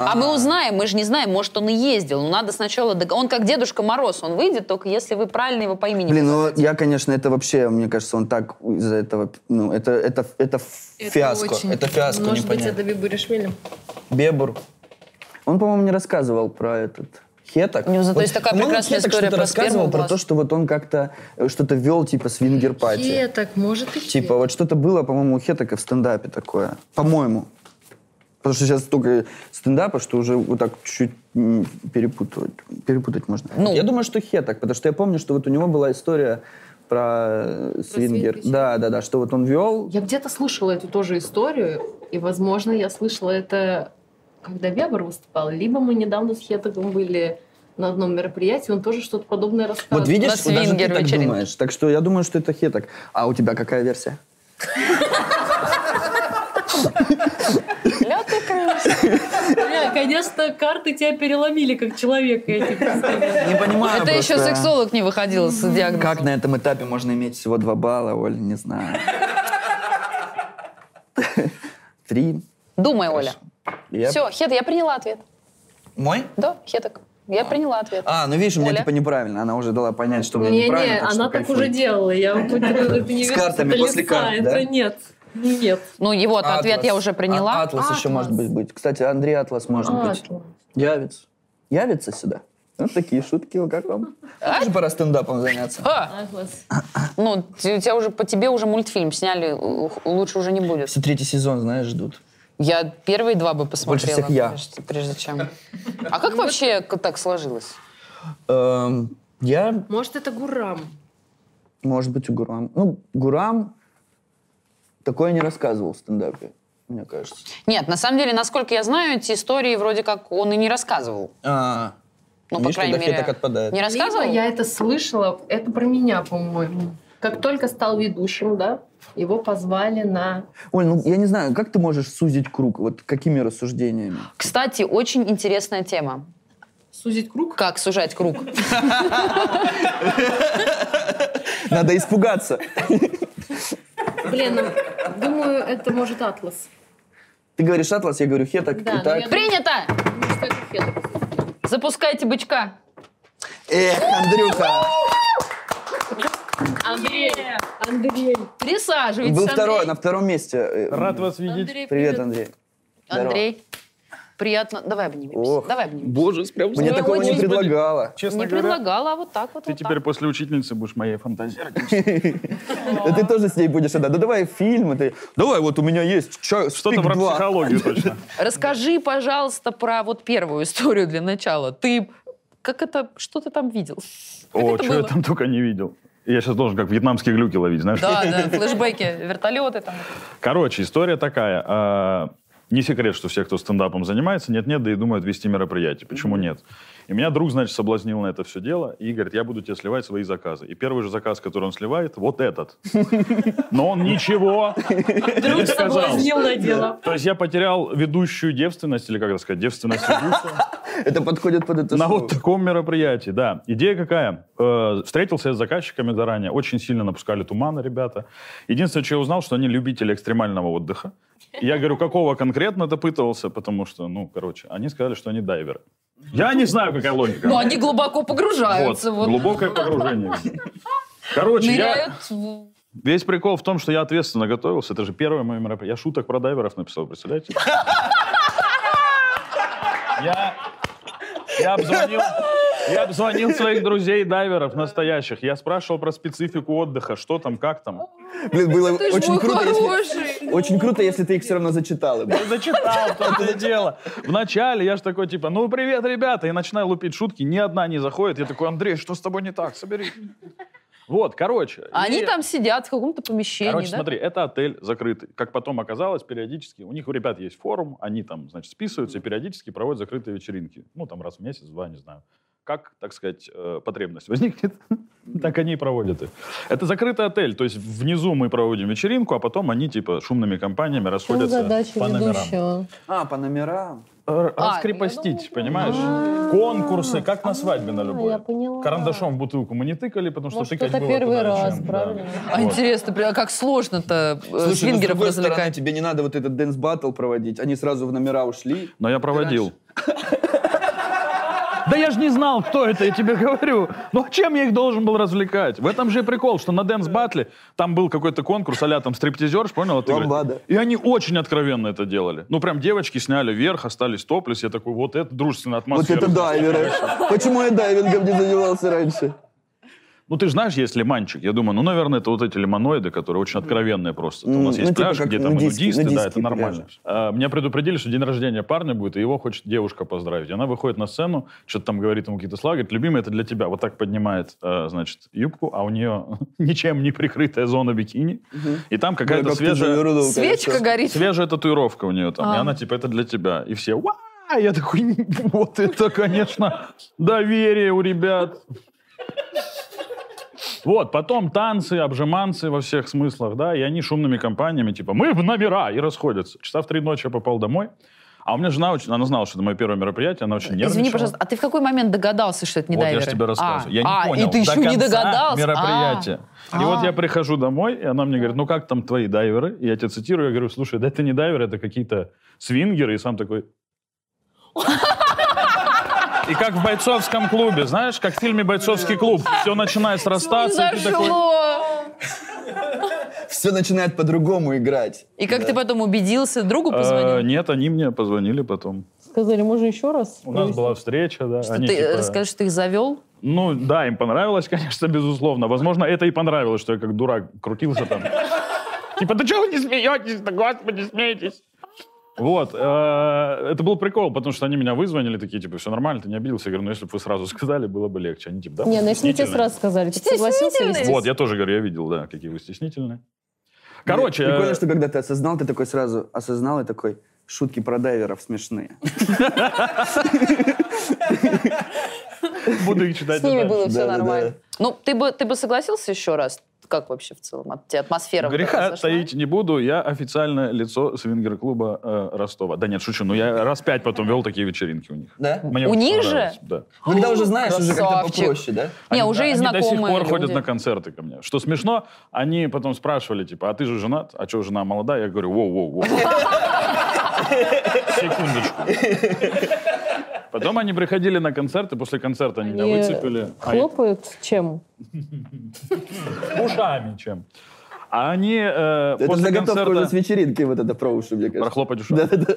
[SPEAKER 2] А мы узнаем, мы же не знаем, может, он и ездил. Но надо сначала... дог- Он как Дедушка Мороз, он выйдет, только если вы правильно его по имени
[SPEAKER 5] Блин, ну я, конечно, это вообще, мне кажется, он так из-за этого, ну, это, это, это фиаско, это фиаско,
[SPEAKER 4] Может быть,
[SPEAKER 5] непонятно.
[SPEAKER 4] это Бибури Шмелем?
[SPEAKER 5] Бебур. Он, по-моему, не рассказывал про этот хеток.
[SPEAKER 2] Ну, зато
[SPEAKER 5] Вот,
[SPEAKER 2] есть такая
[SPEAKER 5] по-моему,
[SPEAKER 2] прекрасная
[SPEAKER 5] Хеток
[SPEAKER 2] история
[SPEAKER 5] что-то
[SPEAKER 2] про
[SPEAKER 5] рассказывал
[SPEAKER 2] сперму
[SPEAKER 5] про
[SPEAKER 2] глаз.
[SPEAKER 5] то, что вот он как-то э, что-то вел, типа, свингер-пати.
[SPEAKER 4] Хеток, может и
[SPEAKER 5] Типа, вот что-то было, по-моему, у Хетака в стендапе такое. По-моему. Потому что сейчас столько стендапа, что уже вот так чуть-чуть м, перепутывать, перепутать можно.
[SPEAKER 2] Ну.
[SPEAKER 5] Я думаю, что Хетак, потому что я помню, что вот у него была история про э, свингер.
[SPEAKER 4] свинг-вечер.
[SPEAKER 5] Да, да, да, что вот он вел.
[SPEAKER 4] Я где-то слышала эту тоже историю, и, возможно, я слышала это, когда Вебер выступал. Либо мы недавно с Хетогом были на одном мероприятии, он тоже что-то подобное рассказывал.
[SPEAKER 5] Вот видишь,
[SPEAKER 2] На
[SPEAKER 5] вот даже ты так
[SPEAKER 2] свингер-вечеринке.
[SPEAKER 5] думаешь. Так что я думаю, что это Хетак. А у тебя какая версия?
[SPEAKER 2] Лёд и крыс.
[SPEAKER 4] Бля, конечно, карты тебя переломили как человека этих.
[SPEAKER 5] Не понимаю
[SPEAKER 2] Это еще
[SPEAKER 5] просто,
[SPEAKER 2] сексолог не выходил с
[SPEAKER 5] Как
[SPEAKER 2] диагнозом.
[SPEAKER 5] на этом этапе можно иметь всего два балла, Оль, не знаю. Три.
[SPEAKER 2] Думай, Оля.
[SPEAKER 5] Я-
[SPEAKER 2] Все, Хет, я приняла ответ.
[SPEAKER 5] Мой?
[SPEAKER 2] Да, Хеток. Я приняла ответ.
[SPEAKER 5] А, ну видишь, у меня
[SPEAKER 2] Оля?
[SPEAKER 5] типа неправильно. Она уже дала понять, что у меня неправильно.
[SPEAKER 4] Не-не,
[SPEAKER 5] так что
[SPEAKER 4] она так
[SPEAKER 5] кайфуй.
[SPEAKER 4] уже делала. Я вам говорю, это не
[SPEAKER 5] С
[SPEAKER 4] вернется
[SPEAKER 5] картами
[SPEAKER 4] до
[SPEAKER 5] после
[SPEAKER 4] лица,
[SPEAKER 5] карт, да?
[SPEAKER 4] Это нет. Нет.
[SPEAKER 2] Ну, его
[SPEAKER 5] Атлас.
[SPEAKER 2] ответ я уже
[SPEAKER 5] А-
[SPEAKER 2] приняла.
[SPEAKER 5] Атлас, еще
[SPEAKER 4] Атлас.
[SPEAKER 5] может быть быть. Кстати, Андрей Атлас может быть.
[SPEAKER 4] Атлас.
[SPEAKER 5] Явится. Явится сюда. Вот такие шутки, о, как вам? Тоже пора стендапом заняться.
[SPEAKER 2] А,
[SPEAKER 4] Атлас.
[SPEAKER 2] ну, те- у тебя уже по тебе уже мультфильм сняли, у- у- лучше уже не будет.
[SPEAKER 5] Все третий сезон, знаешь, ждут.
[SPEAKER 2] Я первые два бы посмотрела,
[SPEAKER 5] всех я.
[SPEAKER 2] Прежде, прежде чем. А как вообще к- так сложилось?
[SPEAKER 5] Эм, Я,
[SPEAKER 4] Может, это Гурам?
[SPEAKER 5] может быть, у Гурам. Ну, Гурам такое не рассказывал в стендапе, мне кажется.
[SPEAKER 2] Нет, на самом деле, насколько я знаю, эти истории вроде как он и не рассказывал.
[SPEAKER 5] А,
[SPEAKER 2] Ну,
[SPEAKER 5] видишь,
[SPEAKER 2] по крайней
[SPEAKER 5] тогда
[SPEAKER 2] мере.
[SPEAKER 5] хиток отпадает.
[SPEAKER 2] Не рассказывал?
[SPEAKER 4] Либо я это слышала, это про меня, по-моему. Как только стал ведущим, да, его позвали на...
[SPEAKER 5] Оль, ну я не знаю, как ты можешь сузить круг? Вот какими рассуждениями?
[SPEAKER 2] Кстати, очень интересная тема.
[SPEAKER 4] Сузить круг?
[SPEAKER 2] Как сужать круг?
[SPEAKER 5] Надо испугаться.
[SPEAKER 4] Блин, ну, думаю, это может Атлас.
[SPEAKER 5] Ты говоришь Атлас, я говорю Хеток.
[SPEAKER 4] Да,
[SPEAKER 5] и
[SPEAKER 4] ну
[SPEAKER 5] так.
[SPEAKER 4] я-
[SPEAKER 2] Принято!
[SPEAKER 4] Думаю, что это Федор.
[SPEAKER 2] Запускайте бычка.
[SPEAKER 5] Эх, Андрюха!
[SPEAKER 4] Андрей, Андрей.
[SPEAKER 2] Присаживайтесь,
[SPEAKER 5] Был
[SPEAKER 2] Андрей.
[SPEAKER 5] второй, на втором месте. Э,
[SPEAKER 6] Рад вас видеть.
[SPEAKER 4] Андрей,
[SPEAKER 5] Привет, Андрей.
[SPEAKER 2] Андрей, приятно. Давай обнимемся.
[SPEAKER 5] Ох.
[SPEAKER 2] Давай обнимемся.
[SPEAKER 6] Боже, прям
[SPEAKER 5] Мне такого не
[SPEAKER 6] очень-
[SPEAKER 5] предлагала.
[SPEAKER 6] Честно
[SPEAKER 2] Не
[SPEAKER 6] говоря,
[SPEAKER 2] предлагала, а вот так вот.
[SPEAKER 6] ты
[SPEAKER 2] вот
[SPEAKER 6] теперь
[SPEAKER 2] так.
[SPEAKER 6] после учительницы будешь моей фантазией.
[SPEAKER 5] Да ты тоже с ней будешь одна. Да давай фильм. и Ты... Давай, вот у меня есть чай,
[SPEAKER 6] Что-то про психологию точно.
[SPEAKER 2] Расскажи, пожалуйста, про вот первую историю для начала. Ты как это, что ты там видел? Как
[SPEAKER 6] О,
[SPEAKER 2] это
[SPEAKER 6] что я
[SPEAKER 2] было?
[SPEAKER 6] там только не видел. Я сейчас должен как вьетнамские глюки ловить, знаешь?
[SPEAKER 2] Да, да, флешбеки, вертолеты там.
[SPEAKER 6] Короче, история такая. А, Не секрет, что все, кто стендапом занимается, нет-нет, да и думают вести мероприятие. Почему нет? И меня друг, значит, соблазнил на это все дело и говорит, я буду тебе сливать свои заказы. И первый же заказ, который он сливает, вот этот. Но он ничего не сказал.
[SPEAKER 4] на дело.
[SPEAKER 6] То есть я потерял ведущую девственность, или как это сказать, девственность ведущего.
[SPEAKER 5] Это подходит под это
[SPEAKER 6] На
[SPEAKER 5] слово.
[SPEAKER 6] вот таком мероприятии, да. Идея какая? Э, встретился я с заказчиками заранее, очень сильно напускали тумана ребята. Единственное, что я узнал, что они любители экстремального отдыха. Я говорю, какого конкретно допытывался, потому что, ну, короче, они сказали, что они дайверы. Я не знаю, какая логика.
[SPEAKER 2] Ну, они глубоко погружаются.
[SPEAKER 6] Вот,
[SPEAKER 2] Ну, Вот.
[SPEAKER 6] глубокое погружение. Короче, я...
[SPEAKER 2] Ныряют в-
[SPEAKER 6] Весь прикол в том, что я ответственно готовился. Это же первое мое мероприятие. Я шуток про дайверов написал, представляете? Я... Я обзвонил... Я обзвонил своих друзей-дайверов настоящих. Я спрашивал про специфику отдыха, что там, как там.
[SPEAKER 5] Блин, было
[SPEAKER 2] Ты ж
[SPEAKER 5] очень
[SPEAKER 2] мой
[SPEAKER 5] круто, если...
[SPEAKER 2] хороший.
[SPEAKER 5] Очень круто, если ты их все равно зачитал. бы.
[SPEAKER 6] Я зачитал, в том-то и дело. Вначале я же такой, типа, ну, привет, ребята, и начинаю лупить шутки, ни одна не заходит. Я такой, Андрей, что с тобой не так? Собери. Вот, короче.
[SPEAKER 2] А Они
[SPEAKER 6] и-
[SPEAKER 2] там сидят в каком-то помещении,
[SPEAKER 6] Короче,
[SPEAKER 2] да?
[SPEAKER 6] смотри, это отель закрытый. Как потом оказалось, периодически у них у ребят есть форум, они там, значит, списываются и периодически проводят закрытые вечеринки. Ну, там раз в месяц, два, не знаю. Как, так сказать, э, потребность возникнет, так они и проводят их. Это закрытый отель, то есть внизу мы проводим вечеринку, а потом они, типа, шумными компаниями
[SPEAKER 1] Ну,
[SPEAKER 6] расходятся
[SPEAKER 1] задача
[SPEAKER 6] по номерам.
[SPEAKER 1] ведущего.
[SPEAKER 5] А, по номерам.
[SPEAKER 6] Р-
[SPEAKER 2] А,
[SPEAKER 6] Раскрепостить,
[SPEAKER 2] я думала,
[SPEAKER 6] понимаешь? Конкурсы, как на свадьбе на
[SPEAKER 1] А, Я
[SPEAKER 6] любой.
[SPEAKER 1] поняла.
[SPEAKER 6] Карандашом в бутылку мы не тыкали, потому что
[SPEAKER 1] Может,
[SPEAKER 6] тыкать
[SPEAKER 1] это
[SPEAKER 6] было
[SPEAKER 1] первый
[SPEAKER 6] куда
[SPEAKER 1] раз,
[SPEAKER 6] чем, да.
[SPEAKER 1] правильно?
[SPEAKER 2] А
[SPEAKER 6] Вот.
[SPEAKER 2] интересно, прям, а как сложно-то э,
[SPEAKER 5] Слушай, ну, с
[SPEAKER 2] свингеров
[SPEAKER 5] другой стороны,
[SPEAKER 2] развлекать?
[SPEAKER 5] тебе не надо вот этот дэнс баттл проводить. Они сразу в номера ушли.
[SPEAKER 6] Но я проводил. Да я же не знал, кто это, я тебе говорю. Ну а чем я их должен был развлекать? В этом же и прикол, что на Дэнс Батле там был какой-то конкурс, а там стриптизерш, понял? А ты говоришь-
[SPEAKER 5] Ламбада.
[SPEAKER 6] И они очень откровенно это делали. Ну прям девочки сняли вверх, остались топлес. Я такой, вот это дружественная
[SPEAKER 5] Вот
[SPEAKER 6] атмосфера.
[SPEAKER 5] это дайверы. Почему я дайвингом не занимался раньше?
[SPEAKER 6] Ну ты же знаешь, есть лиманчик. Я думаю, ну, наверное, это вот эти лиманоиды, которые очень откровенные просто. То у
[SPEAKER 5] Ну,
[SPEAKER 6] нас есть
[SPEAKER 5] типа
[SPEAKER 6] пляж,
[SPEAKER 5] как
[SPEAKER 6] где
[SPEAKER 5] на
[SPEAKER 6] там и
[SPEAKER 5] диске-
[SPEAKER 6] нудисты,
[SPEAKER 5] на
[SPEAKER 6] да,
[SPEAKER 5] диске
[SPEAKER 6] это нормально.
[SPEAKER 5] пляж.
[SPEAKER 6] А, Меня предупредили, что день рождения парня будет, и его хочет девушка поздравить. Она выходит на сцену, что-то там говорит ему какие-то слова, говорит, любимый, это для тебя. Вот так поднимает, э, значит, юбку, а у нее ничем не прикрытая зона бикини. И там какая-то
[SPEAKER 5] Как ты
[SPEAKER 6] свежая...
[SPEAKER 5] завернул,
[SPEAKER 2] Свечка
[SPEAKER 5] конечно.
[SPEAKER 2] горит.
[SPEAKER 6] Свежая татуировка у нее там. И
[SPEAKER 2] А.
[SPEAKER 6] она типа, это для тебя. И все, «Уа!» Я такой, вот это, конечно, доверие у ребят. Вот, потом танцы, обжиманцы во всех смыслах, да, и они шумными компаниями, типа, мы в номера, и расходятся. Часа в три ночи я попал домой, а у меня жена очень, она знала, что это мое первое мероприятие, она очень нервничала.
[SPEAKER 2] Извини, пожалуйста, а ты в какой момент догадался, что это не
[SPEAKER 6] Вот
[SPEAKER 2] дайверы?
[SPEAKER 6] я же тебе рассказываю. я не
[SPEAKER 2] а,
[SPEAKER 6] понял.
[SPEAKER 2] и ты
[SPEAKER 6] до
[SPEAKER 2] еще не
[SPEAKER 6] конца
[SPEAKER 2] догадался?
[SPEAKER 6] мероприятие. И
[SPEAKER 2] А.
[SPEAKER 6] вот я прихожу домой, и она мне говорит, ну как там твои дайверы? И я тебя цитирую, я говорю, слушай, да это не дайверы, это какие-то свингеры. И сам такой... И как в бойцовском клубе, знаешь, как в фильме «Бойцовский клуб». Все начинает
[SPEAKER 2] А.
[SPEAKER 6] срастаться, и ты такой...
[SPEAKER 2] Зашло!
[SPEAKER 5] Все начинает по-другому играть.
[SPEAKER 2] И как ты потом убедился, другу
[SPEAKER 6] «Э,
[SPEAKER 2] позвонил?
[SPEAKER 6] Нет, они мне позвонили потом.
[SPEAKER 1] Сказали, можно еще раз?
[SPEAKER 6] У нас
[SPEAKER 1] провести?
[SPEAKER 6] была встреча, да.
[SPEAKER 2] Что
[SPEAKER 6] они
[SPEAKER 2] ты
[SPEAKER 6] типа-
[SPEAKER 2] э, скажешь, что ты их завел?
[SPEAKER 6] Ну да, им понравилось, конечно, безусловно. Возможно, это и понравилось, что я как дурак крутился там. Типа, да чего вы не смеетесь-то, господи, смейтесь. Вот, э, это был прикол, потому что они меня вызвонили, такие, типа, все нормально, ты не обиделся. Я говорю, ну если бы вы сразу сказали, было бы легче. Они типа, да, вы
[SPEAKER 1] Не, ну если бы тебе
[SPEAKER 6] стеснительные».
[SPEAKER 1] сразу сказали, ты согласился?
[SPEAKER 2] Стеснительный.
[SPEAKER 1] если-
[SPEAKER 6] Вот, я тоже говорю, я видел, да, какие вы стеснительные. Короче,
[SPEAKER 5] Прикольно,
[SPEAKER 6] э,
[SPEAKER 5] что когда ты осознал, ты такой сразу осознал и такой, шутки про дайверов смешные.
[SPEAKER 6] буду их читать.
[SPEAKER 1] С ними
[SPEAKER 6] дальше.
[SPEAKER 1] было все
[SPEAKER 5] Да-да-да.
[SPEAKER 1] нормально.
[SPEAKER 2] Ну, ты бы, ты бы согласился еще раз? Как вообще в целом? От тебя атмосфера? вот эта
[SPEAKER 6] Греха
[SPEAKER 2] зашла?
[SPEAKER 6] таить не буду, я официальное лицо свингер-клуба э, Ростова. Да нет, шучу, но я раз пять потом вел такие вечеринки у них.
[SPEAKER 5] Да? Ну,
[SPEAKER 6] Мне
[SPEAKER 2] У
[SPEAKER 6] очень
[SPEAKER 2] них же?
[SPEAKER 6] понравилось, Да.
[SPEAKER 5] Когда уже знаешь, уже как-то
[SPEAKER 2] Красавчик.
[SPEAKER 5] попроще, да?
[SPEAKER 2] Не,
[SPEAKER 6] Они-
[SPEAKER 2] уже и
[SPEAKER 6] они до сих
[SPEAKER 2] знакомые
[SPEAKER 6] пор
[SPEAKER 2] люди.
[SPEAKER 6] ходят на концерты ко мне. Что смешно, они потом спрашивали, типа, а ты же женат? А что, жена молодая? Я говорю, воу-воу-воу. Секундочку. Потом они приходили на концерты, после концерта они меня
[SPEAKER 1] Они
[SPEAKER 6] выцепили. А я-
[SPEAKER 1] Хлопают чем?
[SPEAKER 6] Ушами чем. А они э,
[SPEAKER 5] Это
[SPEAKER 6] после
[SPEAKER 5] заготовка уже с
[SPEAKER 6] концерта...
[SPEAKER 5] вечеринки вот это про уши, мне кажется.
[SPEAKER 6] Прохлопать ушами.
[SPEAKER 5] Да-да-да.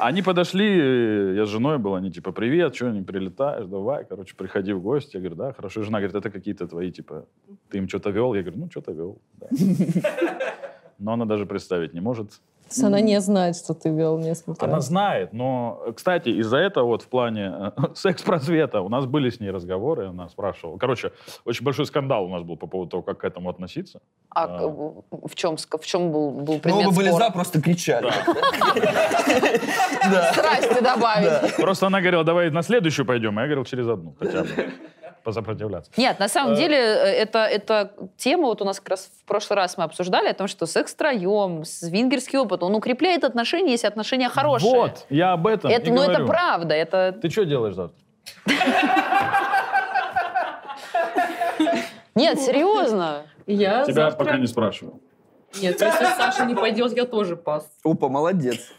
[SPEAKER 6] Они подошли, э, я с женой был, они типа, привет, что не прилетаешь, давай, короче, приходи в гости. Я говорю, да, хорошо. И жена говорит, это какие-то твои, типа, ты им что-то вел? Я говорю, ну, что-то вел, да». Но она даже представить не может.
[SPEAKER 1] То есть она не знает, что ты вел несколько
[SPEAKER 6] Она
[SPEAKER 1] раз.
[SPEAKER 6] знает, но, э, кстати, из-за этого вот в плане э, секс-просвета у нас были с ней разговоры, она спрашивала. Короче, очень большой скандал у нас был по поводу того, как к этому относиться.
[SPEAKER 2] А к- в чем, ск- в чем был, был
[SPEAKER 5] Ну,
[SPEAKER 2] предмет
[SPEAKER 5] оба были
[SPEAKER 2] спора?
[SPEAKER 5] за, просто кричали.
[SPEAKER 2] Страсти добавить.
[SPEAKER 6] Просто она говорила, давай на следующую пойдем, а я говорил, через одну хотя бы, позапротивляться.
[SPEAKER 2] Нет, на самом деле, э, это, это тема, вот у нас как раз в прошлый раз мы обсуждали о том, что секс втроем, свингерский опыт, он укрепляет отношения, если отношения хорошие.
[SPEAKER 6] Вот, я об этом
[SPEAKER 2] Это,
[SPEAKER 6] и
[SPEAKER 2] ну, это
[SPEAKER 6] говорю.
[SPEAKER 2] правда, это...
[SPEAKER 6] Ты что делаешь завтра?
[SPEAKER 1] Ну,
[SPEAKER 2] Нет, серьезно.
[SPEAKER 4] Я
[SPEAKER 6] Тебя
[SPEAKER 4] завтра-
[SPEAKER 6] пока не спрашивал.
[SPEAKER 4] Нет, если Саша не пойдет, я тоже пас.
[SPEAKER 5] Опа, молодец.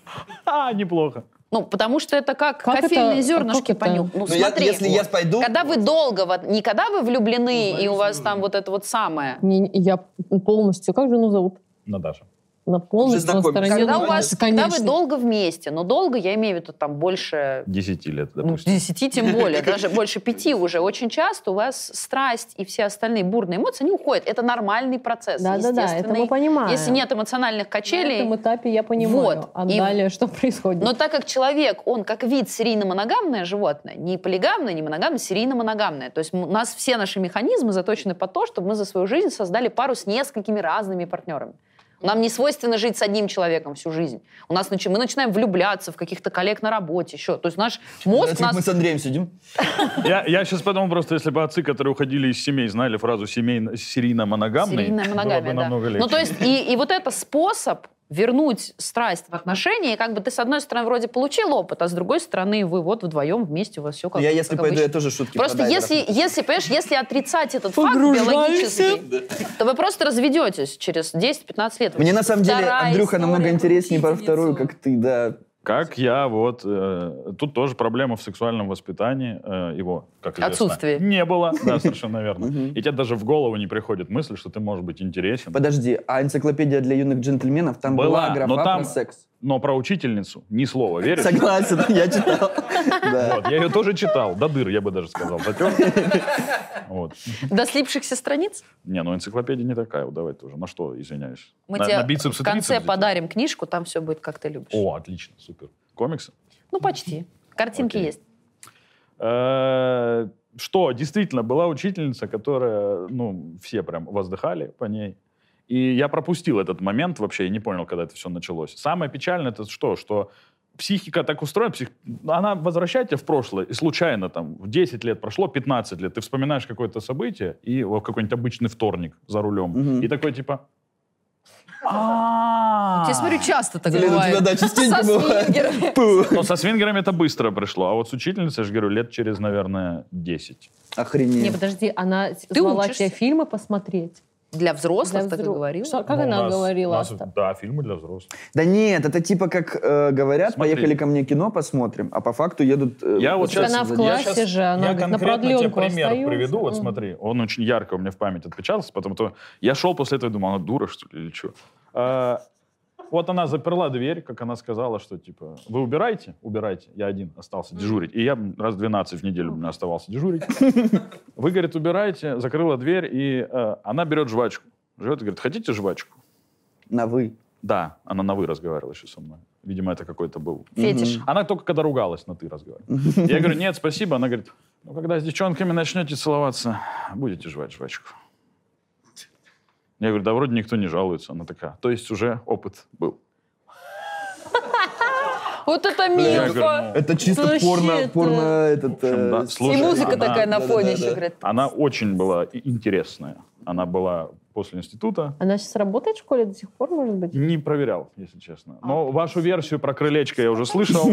[SPEAKER 6] А, неплохо.
[SPEAKER 2] Ну, потому что это как,
[SPEAKER 1] Как это- А
[SPEAKER 2] кофейные
[SPEAKER 1] как
[SPEAKER 2] зернышки
[SPEAKER 1] это?
[SPEAKER 2] понюхать. Ну,
[SPEAKER 5] Ну, я-
[SPEAKER 2] смотри,
[SPEAKER 5] если я пойду...
[SPEAKER 2] когда вы долго, вот, не когда вы влюблены, и у вас там вот это вот самое,
[SPEAKER 1] Не- Я полностью, как жену зовут?
[SPEAKER 6] Наташа.
[SPEAKER 1] На полностью на
[SPEAKER 3] знакомились.
[SPEAKER 1] стороне.
[SPEAKER 2] когда
[SPEAKER 1] ну,
[SPEAKER 2] у вас, когда вы
[SPEAKER 1] конечно.
[SPEAKER 2] долго вместе, но долго, я имею в виду, там больше
[SPEAKER 6] Десяти лет,
[SPEAKER 2] Ну,
[SPEAKER 6] допустим.
[SPEAKER 2] 10 тем более, даже больше пяти уже. Очень часто у вас страсть и все остальные бурные эмоции, они уходят. Это нормальный процесс,
[SPEAKER 1] Да-да-да, это мы
[SPEAKER 2] естественный.
[SPEAKER 1] понимаем.
[SPEAKER 2] Если нет эмоциональных
[SPEAKER 1] На этом
[SPEAKER 2] качелей...
[SPEAKER 1] этапе я понимаю.
[SPEAKER 2] Вот.
[SPEAKER 1] А
[SPEAKER 2] И-
[SPEAKER 1] далее что происходит?
[SPEAKER 2] Но так как человек, он как вид серийно-моногамное животное, не полигамное, не моногамное, серийно-моногамное. То есть м- у нас все наши механизмы заточены по то, чтобы мы за свою жизнь создали пару с несколькими разными партнерами. Нам не свойственно жить с одним человеком всю жизнь. У нас начи- мы начинаем влюбляться в каких-то коллег на работе, еще. То есть наш мозг
[SPEAKER 5] Знаете, как
[SPEAKER 2] нас
[SPEAKER 5] Мы с Андреем сидим.
[SPEAKER 6] Я, я сейчас подумал просто, если бы отцы, которые уходили из семей, знали фразу «семейно- серийно-моногамный,
[SPEAKER 2] Серийная моногамия,
[SPEAKER 6] было бы
[SPEAKER 2] да.
[SPEAKER 6] намного легче.
[SPEAKER 2] Ну, то есть, и, и вот это способ вернуть страсть в отношения, и как бы ты, с одной стороны, вроде получил опыт, а с другой стороны, вы вот вдвоем вместе, у вас все как
[SPEAKER 5] Я, если
[SPEAKER 2] как
[SPEAKER 5] пойду, я
[SPEAKER 2] обычно.
[SPEAKER 5] тоже шутки
[SPEAKER 2] Просто
[SPEAKER 5] про дайверов.
[SPEAKER 2] если, если, понимаешь, если отрицать этот факт
[SPEAKER 1] Погружаемся.
[SPEAKER 2] биологический, то вы просто разведетесь через 10-15 лет.
[SPEAKER 5] Мне на самом деле,
[SPEAKER 2] Вторая
[SPEAKER 5] Андрюха, намного
[SPEAKER 4] история про
[SPEAKER 5] интереснее про
[SPEAKER 4] учительницу.
[SPEAKER 5] вторую, как ты, да.
[SPEAKER 6] Как я вот... э, тут тоже проблема в сексуальном воспитании э, его, как известно,
[SPEAKER 2] Отсутствие.
[SPEAKER 6] Не было, да, совершенно верно.
[SPEAKER 5] Мгм.
[SPEAKER 6] И тебе даже в голову не приходит мысль, что ты можешь быть интересен.
[SPEAKER 5] Подожди, а энциклопедия для юных джентльменов, там была,
[SPEAKER 6] Была,
[SPEAKER 5] графа
[SPEAKER 6] но там-
[SPEAKER 5] про секс.
[SPEAKER 6] Но про учительницу ни слова, веришь?
[SPEAKER 5] Согласен, я читал. Да.
[SPEAKER 6] Вот, я ее тоже читал, до дыр, я бы даже сказал, затер. Вот.
[SPEAKER 2] До слипшихся страниц
[SPEAKER 6] Не, ну энциклопедия не такая, вот давай тоже. На что, извиняюсь?
[SPEAKER 2] мы
[SPEAKER 6] на,
[SPEAKER 2] тебе
[SPEAKER 6] на бицепсы,
[SPEAKER 2] в конце
[SPEAKER 6] трицепсы?
[SPEAKER 2] подарим книжку, там все будет, как ты любишь.
[SPEAKER 6] О, отлично, супер. Комиксы?
[SPEAKER 2] Ну, почти. Картинки
[SPEAKER 6] Окей.
[SPEAKER 2] есть.
[SPEAKER 6] Э, Что, действительно, была учительница, которая, ну, все прям воздыхали по ней. И я пропустил этот момент вообще, я не понял, когда это все началось. Самое печальное это что, что психика так устроена, псих... она возвращает тебя в прошлое, и случайно там в 10 лет прошло, 15 лет, ты вспоминаешь какое-то событие, и вот какой-нибудь обычный вторник за рулем,
[SPEAKER 5] Мгм.
[SPEAKER 6] и такой типа... «А-а-а».
[SPEAKER 2] Я смотрю, часто так
[SPEAKER 5] Блин, у тебя,
[SPEAKER 2] бывает.
[SPEAKER 5] да, частенько
[SPEAKER 2] Со
[SPEAKER 5] бывает.
[SPEAKER 2] свингерами.
[SPEAKER 5] Пу.
[SPEAKER 6] Но со свингерами это быстро пришло, а вот с учительницей, я же говорю, лет через, наверное, 10.
[SPEAKER 1] Не,
[SPEAKER 5] Охренеть.
[SPEAKER 1] подожди, она
[SPEAKER 2] Ты
[SPEAKER 1] звала
[SPEAKER 2] учишься?
[SPEAKER 1] тебя фильмы посмотреть.
[SPEAKER 2] Для взрослых,
[SPEAKER 1] Для
[SPEAKER 2] так и
[SPEAKER 1] взро-
[SPEAKER 2] говорил.
[SPEAKER 1] Что- А Как
[SPEAKER 6] Ну,
[SPEAKER 1] она
[SPEAKER 6] нас-
[SPEAKER 1] говорила?
[SPEAKER 6] нас-
[SPEAKER 1] Аста?
[SPEAKER 6] да, фильмы для взрослых.
[SPEAKER 5] Да нет, это типа как э, говорят,
[SPEAKER 6] Смотри.
[SPEAKER 5] поехали ко мне кино посмотрим, а по факту едут... э,
[SPEAKER 6] Я вот
[SPEAKER 5] посмотреть
[SPEAKER 6] щас-
[SPEAKER 1] Она в
[SPEAKER 5] за
[SPEAKER 1] классе
[SPEAKER 5] девочек.
[SPEAKER 1] же, она
[SPEAKER 6] я
[SPEAKER 1] говорит, на
[SPEAKER 6] конкретно тебе
[SPEAKER 1] продленку
[SPEAKER 6] пример
[SPEAKER 1] остается.
[SPEAKER 6] приведу, вот
[SPEAKER 1] Мгм.
[SPEAKER 6] смотри, он очень ярко у меня в память отпечатался, потому что я шел после этого и думал, она дура, что ли, или что? А, вот она заперла дверь, как она сказала, что типа, вы убираете? Убирайте. Я один остался дежурить. И я м, раз 12 в неделю у меня оставался дежурить. Вы, говорит, убираете, закрыла дверь, и э, она берет жвачку. Живет и говорит, хотите жвачку?
[SPEAKER 5] На вы.
[SPEAKER 6] Да, она на «вы» разговаривала еще со мной. Видимо, это какой-то был
[SPEAKER 2] Фетиш.
[SPEAKER 6] она только когда ругалась на «ты» разговаривала. Я говорю, нет, спасибо. Она говорит, ну, когда с девчонками начнете целоваться, будете жевать жвачку. Я говорю, да вроде никто не жалуется. Она такая, то есть уже опыт был.
[SPEAKER 2] Вот это
[SPEAKER 6] Я
[SPEAKER 2] милфа.
[SPEAKER 6] говорю, «Ну».
[SPEAKER 5] Это чисто
[SPEAKER 1] Вообще-то.
[SPEAKER 5] порно, порно этот...
[SPEAKER 6] общем,
[SPEAKER 5] э,
[SPEAKER 6] да,
[SPEAKER 5] с-
[SPEAKER 6] слушай,
[SPEAKER 2] и музыка
[SPEAKER 6] она-
[SPEAKER 2] такая на
[SPEAKER 5] да,
[SPEAKER 2] фоне
[SPEAKER 5] да,
[SPEAKER 2] еще,
[SPEAKER 5] да.
[SPEAKER 2] говорит.
[SPEAKER 6] Она очень была и- интересная. Она была после института.
[SPEAKER 1] Она сейчас работает в школе до сих пор, может быть?
[SPEAKER 6] Не проверял, если честно.
[SPEAKER 5] А,
[SPEAKER 6] Но вашу версию про крылечко я уже слышал.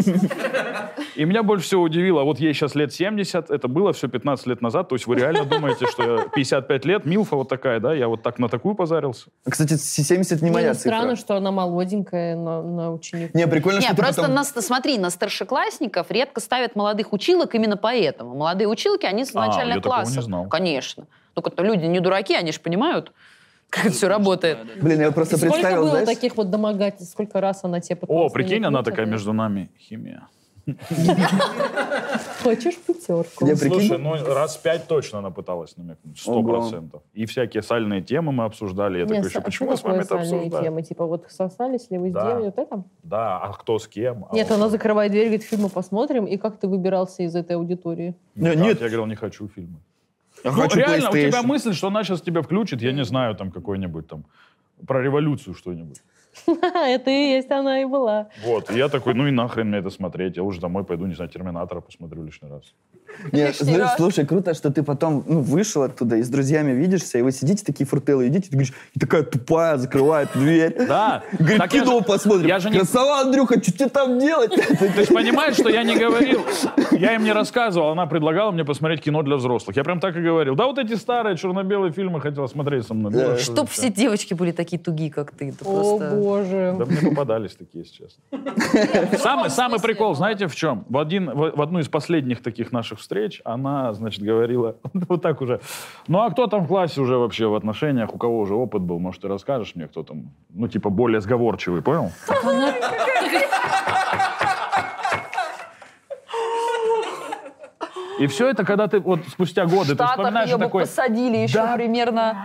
[SPEAKER 6] И меня больше всего удивило, вот ей сейчас лет 70, это было все 15 лет назад, то есть вы реально думаете, что я 55 лет, Милфа вот такая, да, я вот так на такую позарился?
[SPEAKER 5] Кстати, 70 не
[SPEAKER 1] Мне
[SPEAKER 5] моя
[SPEAKER 1] не
[SPEAKER 5] цифра.
[SPEAKER 1] странно, что она молоденькая на, на ученика.
[SPEAKER 5] Не, прикольно,
[SPEAKER 2] Не,
[SPEAKER 5] что ты
[SPEAKER 2] просто
[SPEAKER 5] потом...
[SPEAKER 2] на, ст- смотри, на старшеклассников редко ставят молодых училок именно поэтому. Молодые училки, они с
[SPEAKER 6] А,
[SPEAKER 2] начальных
[SPEAKER 6] я такого
[SPEAKER 2] классов.
[SPEAKER 6] не знал.
[SPEAKER 2] Конечно. Ну, как-то люди не дураки, они же понимают, как это все работает.
[SPEAKER 5] Блин, я вот просто
[SPEAKER 1] Сколько
[SPEAKER 5] представил,
[SPEAKER 1] было
[SPEAKER 5] знаешь...
[SPEAKER 1] таких вот домогательств? Сколько раз она тебе
[SPEAKER 6] О,
[SPEAKER 1] пыталась
[SPEAKER 6] прикинь,
[SPEAKER 1] намекнуть,
[SPEAKER 6] она такая
[SPEAKER 1] а ты
[SPEAKER 6] между нами химия.
[SPEAKER 1] Хочешь пятерку?
[SPEAKER 5] Я прикинь,
[SPEAKER 6] Слушай, ну раз пять точно она пыталась намекнуть, сто
[SPEAKER 5] Ого. а
[SPEAKER 6] процентов. И всякие сальные темы мы обсуждали. Я
[SPEAKER 1] Не,
[SPEAKER 6] такой еще,
[SPEAKER 1] с-
[SPEAKER 6] почему я с вами это
[SPEAKER 1] сексуальные
[SPEAKER 6] обсуждаю?
[SPEAKER 1] темы, типа вот сосались ли вы с
[SPEAKER 6] Да.
[SPEAKER 1] девой, вот это?
[SPEAKER 6] Да, а кто с кем? А
[SPEAKER 1] Нет,
[SPEAKER 6] вот-
[SPEAKER 1] она закрывает дверь, говорит, фильмы посмотрим, и как ты выбирался из этой аудитории?
[SPEAKER 6] Никак.
[SPEAKER 5] Нет.
[SPEAKER 6] Я говорил, не хочу фильмы.
[SPEAKER 5] я
[SPEAKER 6] Ну,
[SPEAKER 5] хочу
[SPEAKER 6] реально, у тебя
[SPEAKER 5] PlayStation.
[SPEAKER 6] мысль, что она сейчас тебя включит, я не знаю, там какой-нибудь там про революцию что-нибудь.
[SPEAKER 1] Это и есть она и была.
[SPEAKER 6] Вот, и я такой, ну и нахрен мне это смотреть, я лучше домой пойду, не знаю, «Терминатора» посмотрю лишний раз.
[SPEAKER 5] Не,
[SPEAKER 2] Лишний
[SPEAKER 5] знаешь,
[SPEAKER 2] раз.
[SPEAKER 5] слушай, круто, что ты потом ну, вышел оттуда и с друзьями видишься, и вы сидите такие фуртелы, едите, ты говоришь, и такая тупая, закрывает дверь.
[SPEAKER 6] Да,
[SPEAKER 5] Говорит,
[SPEAKER 6] так я
[SPEAKER 5] кино
[SPEAKER 6] же-
[SPEAKER 5] посмотрим.
[SPEAKER 6] я же не-
[SPEAKER 5] Красава, Андрюха, что тебе там делать? ну,
[SPEAKER 6] Ты же понимаешь, что я не говорил. Я им не рассказывал, она предлагала мне посмотреть кино для взрослых. Я прям так и говорил. Да вот эти старые черно-белые фильмы хотела смотреть со мной.
[SPEAKER 5] Да.
[SPEAKER 6] Дура, что
[SPEAKER 2] Чтоб
[SPEAKER 6] за всё.
[SPEAKER 2] все девочки были такие туги, как ты. Это
[SPEAKER 1] О,
[SPEAKER 2] просто
[SPEAKER 1] Боже.
[SPEAKER 6] Да мне попадались такие, если честно. Самый, самый прикол, знаете, в чем? В, один, в, в одну из последних таких наших встреч она, значит, говорила вот так уже. Ну, а кто там в классе уже вообще в отношениях? У кого уже опыт был? Может, ты расскажешь мне, кто там? Ну, типа, более сговорчивый, понял? И все это, когда ты вот спустя годы, ты
[SPEAKER 2] Штатах
[SPEAKER 6] вспоминаешь и
[SPEAKER 2] ее бы
[SPEAKER 6] такой...
[SPEAKER 2] посадили еще
[SPEAKER 6] Да.
[SPEAKER 2] примерно.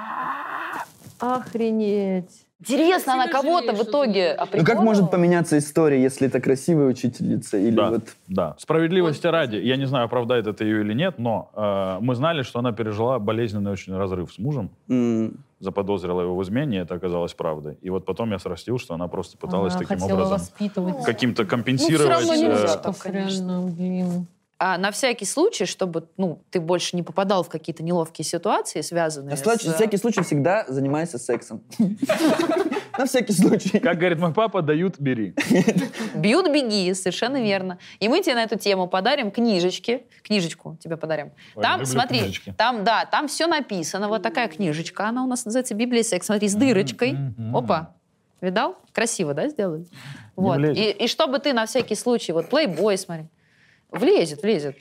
[SPEAKER 1] Охренеть.
[SPEAKER 2] Интересно, она
[SPEAKER 4] Сильно
[SPEAKER 2] кого-то
[SPEAKER 4] жалею,
[SPEAKER 2] в
[SPEAKER 4] что
[SPEAKER 2] итоге
[SPEAKER 5] Ну как
[SPEAKER 2] определила?
[SPEAKER 5] может поменяться история, если это красивая учительница или
[SPEAKER 6] Да,
[SPEAKER 5] вот...
[SPEAKER 6] да. Справедливости ради, я не знаю, оправдает это ее или нет, но э, мы знали, что она пережила болезненный очень разрыв с мужем,
[SPEAKER 5] м,
[SPEAKER 6] заподозрила его в измене, и это оказалось правдой. И вот потом я срастил, что она просто пыталась
[SPEAKER 1] Она
[SPEAKER 6] таким
[SPEAKER 1] хотела
[SPEAKER 6] образом
[SPEAKER 1] воспитывать.
[SPEAKER 6] каким-то компенсировать.
[SPEAKER 2] Ну, всё равно нельзя.
[SPEAKER 6] э,
[SPEAKER 1] Девочков,
[SPEAKER 2] конечно.
[SPEAKER 1] реально, блин.
[SPEAKER 2] А на всякий случай, чтобы ну, ты больше не попадал в какие-то неловкие ситуации, связанные
[SPEAKER 5] На сла-
[SPEAKER 2] с...
[SPEAKER 5] всякий случай всегда занимайся сексом. На всякий случай.
[SPEAKER 6] как говорит мой папа, дают, бери.
[SPEAKER 2] Бьют беги, совершенно верно. И мы тебе на эту тему подарим книжечки. Книжечку тебе подарим.
[SPEAKER 6] Ой,
[SPEAKER 2] Там,
[SPEAKER 6] люблю
[SPEAKER 2] смотри,
[SPEAKER 6] книжечки.
[SPEAKER 2] там, да, там все написано. Вот такая книжечка. Она у нас называется «Библия секс». Смотри, с дырочкой.
[SPEAKER 6] Мгм.
[SPEAKER 2] Опа. Видал? Красиво, да, сделали?
[SPEAKER 6] Не
[SPEAKER 2] Вот.
[SPEAKER 6] влезет.
[SPEAKER 2] И, и чтобы ты на всякий случай, вот, плейбой, смотри. Влезет, влезет.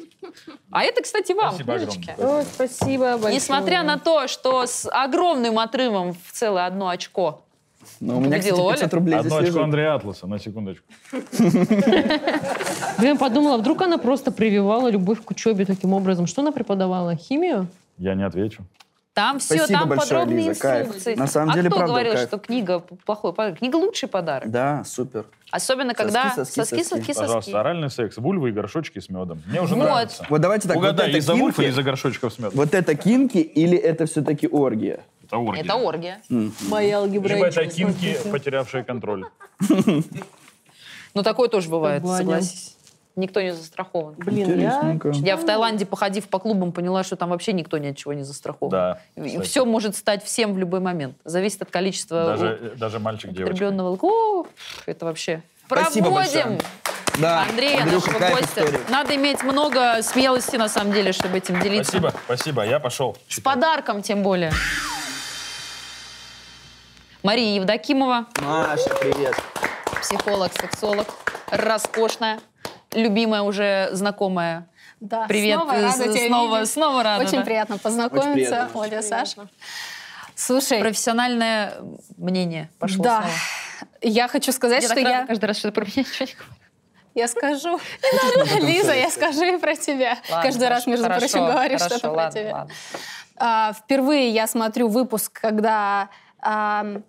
[SPEAKER 2] А это, кстати, вам,
[SPEAKER 6] Спасибо огромное.
[SPEAKER 2] книжечки.
[SPEAKER 1] Ой, спасибо большое.
[SPEAKER 2] Несмотря на то, что с огромным отрывом в целое одно очко.
[SPEAKER 5] Ну, у меня, кстати,
[SPEAKER 2] Победила
[SPEAKER 5] 500 рублей
[SPEAKER 6] Одно
[SPEAKER 5] здесь
[SPEAKER 6] очко
[SPEAKER 5] лежит.
[SPEAKER 6] Андрея Атласа, на секундочку.
[SPEAKER 1] Блин, подумала, вдруг она просто прививала любовь к учебе таким образом. Что она преподавала? Химию?
[SPEAKER 6] Я не отвечу.
[SPEAKER 2] Там все,
[SPEAKER 5] Спасибо
[SPEAKER 2] там
[SPEAKER 5] большое,
[SPEAKER 2] подробные
[SPEAKER 5] Лиза, кайф.
[SPEAKER 2] инструкции.
[SPEAKER 5] На самом
[SPEAKER 2] а
[SPEAKER 5] деле,
[SPEAKER 2] кто
[SPEAKER 5] правда,
[SPEAKER 2] говорил,
[SPEAKER 5] кайф.
[SPEAKER 2] что книга плохой подарок? Книга лучший подарок.
[SPEAKER 5] Да, супер.
[SPEAKER 2] Особенно,
[SPEAKER 5] Соски,
[SPEAKER 2] когда
[SPEAKER 5] соски,
[SPEAKER 2] соски,
[SPEAKER 5] соски.
[SPEAKER 2] соски, соски.
[SPEAKER 6] Пожалуйста, оральный секс, вульвы и горшочки с медом. Мне уже
[SPEAKER 2] Вот.
[SPEAKER 6] нравится.
[SPEAKER 5] Вот давайте так.
[SPEAKER 6] Угадай,
[SPEAKER 5] вот это
[SPEAKER 6] из-за вульфа или
[SPEAKER 5] кинки-
[SPEAKER 6] из-за горшочков с медом?
[SPEAKER 5] Вот это кинки или это все-таки оргия?
[SPEAKER 6] Это оргия.
[SPEAKER 2] Это оргия.
[SPEAKER 1] Моя алгебра.
[SPEAKER 6] Либо это кинки, потерявшие контроль.
[SPEAKER 2] Ну, такое тоже бывает,
[SPEAKER 1] Понял.
[SPEAKER 2] согласись. Никто не застрахован.
[SPEAKER 1] Блин, я...
[SPEAKER 5] Интересненько.
[SPEAKER 2] Я в Таиланде, походив по клубам, поняла, что там вообще никто ни от чего не застрахован.
[SPEAKER 6] Да.
[SPEAKER 2] И
[SPEAKER 6] кстати.
[SPEAKER 2] все может стать всем в любой момент. Зависит от количества
[SPEAKER 6] Даже, даже
[SPEAKER 2] у-
[SPEAKER 6] мальчик, девочка.
[SPEAKER 2] употребленного алкоголя. Это вообще...
[SPEAKER 5] Спасибо
[SPEAKER 2] Проводим!
[SPEAKER 5] большое. Да,
[SPEAKER 2] Андрея,
[SPEAKER 5] Андрюха,
[SPEAKER 2] нашего
[SPEAKER 5] какая
[SPEAKER 2] гостя.
[SPEAKER 5] история.
[SPEAKER 2] Надо иметь много смелости, на самом деле, чтобы этим делиться.
[SPEAKER 6] Спасибо, спасибо, я пошел.
[SPEAKER 2] С подарком, тем более. Мария Евдокимова,
[SPEAKER 5] Маша, привет.
[SPEAKER 2] психолог, сексолог, роскошная, любимая уже знакомая.
[SPEAKER 7] Да,
[SPEAKER 2] Привет,
[SPEAKER 7] А, снова
[SPEAKER 2] э,
[SPEAKER 7] рада
[SPEAKER 2] с-
[SPEAKER 7] тебя
[SPEAKER 2] снова,
[SPEAKER 7] видеть.
[SPEAKER 2] снова рада.
[SPEAKER 7] Очень
[SPEAKER 2] да.
[SPEAKER 7] приятно познакомиться,
[SPEAKER 5] Очень приятно, очень
[SPEAKER 7] Оля, Саша. Слушай,
[SPEAKER 2] Профессиональное мнение пошло
[SPEAKER 7] Да.
[SPEAKER 2] снова.
[SPEAKER 7] я хочу сказать,
[SPEAKER 2] Я
[SPEAKER 7] что
[SPEAKER 2] так рада
[SPEAKER 7] я,
[SPEAKER 2] каждый раз что-то про меня ничего не говорю.
[SPEAKER 7] я скажу,
[SPEAKER 5] потом
[SPEAKER 7] Лиза, я
[SPEAKER 5] сказать?
[SPEAKER 7] скажу и про тебя.
[SPEAKER 2] Ладно,
[SPEAKER 7] Каждый раз,
[SPEAKER 2] хорошо,
[SPEAKER 7] между
[SPEAKER 2] хорошо,
[SPEAKER 7] прочим, говорю
[SPEAKER 2] хорошо,
[SPEAKER 7] что-то про
[SPEAKER 2] ладно,
[SPEAKER 7] тебя.
[SPEAKER 2] ладно.
[SPEAKER 7] А, впервые я смотрю выпуск, когда ам,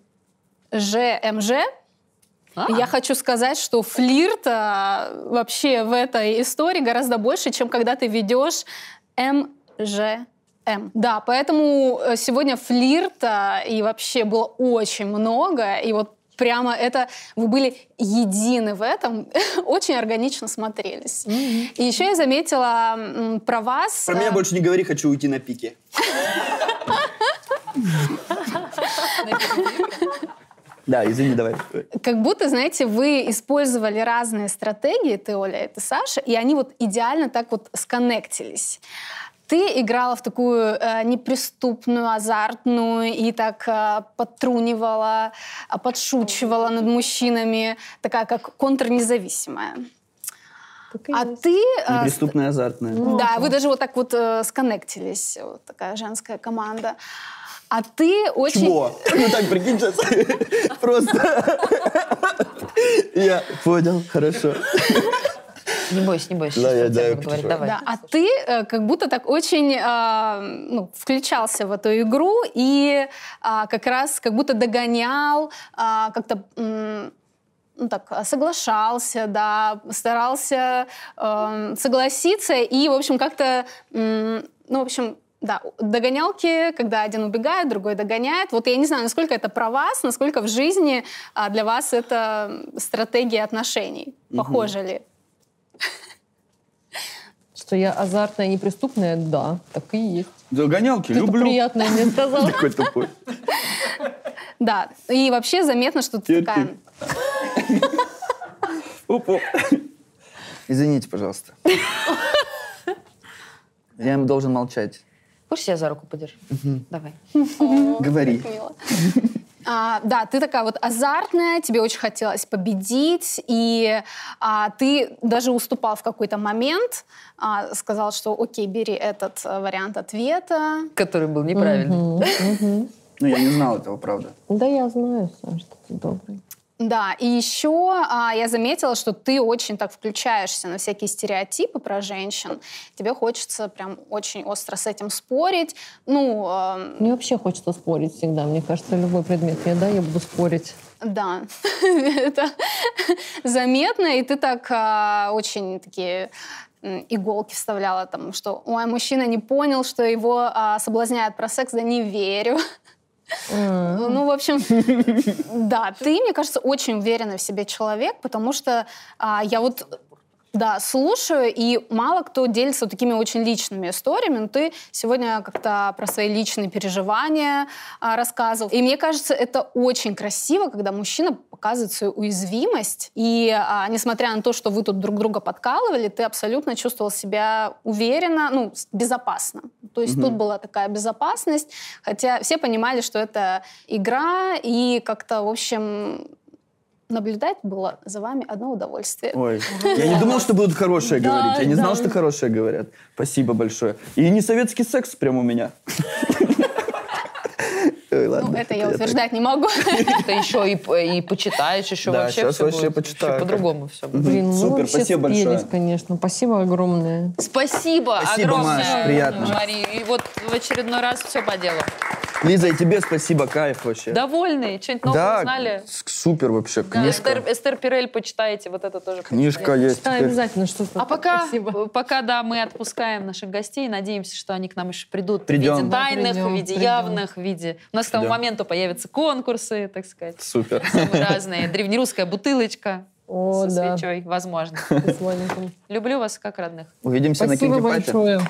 [SPEAKER 7] ЖМЖ. И А,
[SPEAKER 5] А?
[SPEAKER 7] Я хочу сказать, что флирт а, вообще в этой истории гораздо больше, чем когда ты ведешь МЖМ. Да, поэтому э, сегодня флирта э, и вообще было очень много. И вот прямо это, вы были едины в этом, очень органично смотрелись. И еще я заметила м, про вас...
[SPEAKER 5] Про меня
[SPEAKER 7] э,
[SPEAKER 5] больше не говори, хочу уйти на пике. Да, извини, давай.
[SPEAKER 7] Как будто, знаете, вы использовали разные стратегии, ты, Оля, и ты, Саша, и они вот идеально так вот сконнектились. Ты играла в такую э, неприступную, азартную и так э, подтрунивала, а, подшучивала над мужчинами, такая как контрнезависимая. А Ну, ты... э,
[SPEAKER 5] Неприступная азартная.
[SPEAKER 7] да, вы даже вот так вот э, сконнектились, вот такая женская команда. А ты очень...
[SPEAKER 5] Чего? Ну так, прикинь, сейчас просто... Я понял, хорошо.
[SPEAKER 2] Не бойся, не бойся.
[SPEAKER 5] Да, я- да,
[SPEAKER 2] сейчас про тебя
[SPEAKER 5] я
[SPEAKER 2] буду говорить,
[SPEAKER 5] понимаю.
[SPEAKER 2] давай.
[SPEAKER 7] Да, а ты э, как будто так очень э, ну, включался в эту игру и а, как раз как будто догонял, а, как-то м, ну, так, а, соглашался, да, старался эм, согласиться и, в общем, как-то, м, ну, в общем, да, догонялки, когда один убегает, другой догоняет. Вот я не знаю, насколько это про вас, насколько в жизни а, для вас это стратегия отношений. Похоже ли?
[SPEAKER 1] Что я азартная и неприступная? Да, так и есть.
[SPEAKER 5] Загонялки,
[SPEAKER 1] Ты-то приятно мне сказал.
[SPEAKER 5] Такой тупой.
[SPEAKER 7] Да, и вообще заметно, что ты
[SPEAKER 5] Теперь
[SPEAKER 7] такая...
[SPEAKER 5] ты. Оп, оп. Извините, пожалуйста. Я им должен молчать.
[SPEAKER 2] Хочешь, я за руку подержу? Давай.
[SPEAKER 5] Говори.
[SPEAKER 7] Мила. А, да, ты такая вот азартная, тебе очень хотелось победить, и а, ты даже уступал в какой-то момент, а, сказал, что окей, бери этот э, вариант ответа.
[SPEAKER 2] Который был неправильный.
[SPEAKER 5] Ну, я не знал этого, правда.
[SPEAKER 1] Да, я знаю, Саш, что ты добрый.
[SPEAKER 7] Да, и еще а, я заметила, что ты очень так включаешься на всякие стереотипы про женщин. Тебе хочется прям очень остро с этим спорить. Ну, эм,
[SPEAKER 1] Мне вообще хочется спорить всегда. Мне кажется, любой предмет мне дай, я буду спорить.
[SPEAKER 7] Да, это заметно, и ты так а, очень такие м, иголки вставляла там, что ой, мужчина не понял, что его а, соблазняют про секс, да не верю. Ну, в общем, да, ты, мне кажется, очень уверенный в себе человек, потому что а, я вот да, слушаю, и мало кто делится вот такими очень личными историями, но ты сегодня как-то про свои личные переживания а, рассказывал. И мне кажется, это очень красиво, когда мужчина показывает свою уязвимость, и а, несмотря на то, что вы тут друг друга подкалывали, ты абсолютно чувствовал себя уверенно, ну, с- безопасно. То есть
[SPEAKER 5] Мгм.
[SPEAKER 7] тут была такая безопасность, хотя все понимали, что это игра, и как-то, в общем, наблюдать было за вами одно удовольствие.
[SPEAKER 5] Ой, я не думал, что будут хорошие
[SPEAKER 7] Да,
[SPEAKER 5] говорить. Я не знал,
[SPEAKER 7] да.
[SPEAKER 5] что хорошие говорят. Спасибо большое. И не советский секс прям у меня. Ой,
[SPEAKER 7] Ну,
[SPEAKER 5] ладно,
[SPEAKER 7] это я
[SPEAKER 5] так.
[SPEAKER 7] утверждать не могу.
[SPEAKER 2] Ты еще и, и почитаешь, еще
[SPEAKER 5] Да,
[SPEAKER 2] вообще
[SPEAKER 5] щас
[SPEAKER 2] все
[SPEAKER 5] вообще
[SPEAKER 2] будет. вообще
[SPEAKER 5] почитаю.
[SPEAKER 2] по-другому все будет.
[SPEAKER 1] Блин, мы
[SPEAKER 5] Супер,
[SPEAKER 1] вообще
[SPEAKER 5] спасибо
[SPEAKER 1] спелись,
[SPEAKER 5] большое.
[SPEAKER 1] конечно. Спасибо огромное.
[SPEAKER 2] Спасибо,
[SPEAKER 5] Спасибо,
[SPEAKER 2] огромное.
[SPEAKER 5] Маш, приятно.
[SPEAKER 2] Мария. И вот в очередной раз все по делу.
[SPEAKER 5] Лиза, и тебе спасибо, кайф вообще.
[SPEAKER 2] Довольны? Что-нибудь новое
[SPEAKER 5] Да,
[SPEAKER 2] узнали?
[SPEAKER 5] с- супер вообще,
[SPEAKER 2] Да,
[SPEAKER 5] книжка.
[SPEAKER 2] Эстер, Эстер Пирель почитайте, вот это тоже.
[SPEAKER 5] Книжка есть.
[SPEAKER 1] Да,
[SPEAKER 5] теперь.
[SPEAKER 1] обязательно что-то.
[SPEAKER 2] А пока,
[SPEAKER 1] Спасибо.
[SPEAKER 2] пока, да, мы отпускаем наших гостей, надеемся, что они к нам еще придут в
[SPEAKER 5] Придем.
[SPEAKER 2] виде тайных,
[SPEAKER 1] Придем,
[SPEAKER 2] в виде
[SPEAKER 1] придем.
[SPEAKER 2] явных, в виде... У нас к тому
[SPEAKER 5] Придем.
[SPEAKER 2] моменту появятся конкурсы, так сказать,
[SPEAKER 5] Супер.
[SPEAKER 2] самые разные. Древнерусская бутылочка
[SPEAKER 1] О,
[SPEAKER 2] со
[SPEAKER 1] да.
[SPEAKER 2] свечой, возможно.
[SPEAKER 1] с валенком.
[SPEAKER 2] Люблю вас как родных.
[SPEAKER 5] Увидимся на
[SPEAKER 1] Спасибо
[SPEAKER 5] киндипате.
[SPEAKER 1] большое.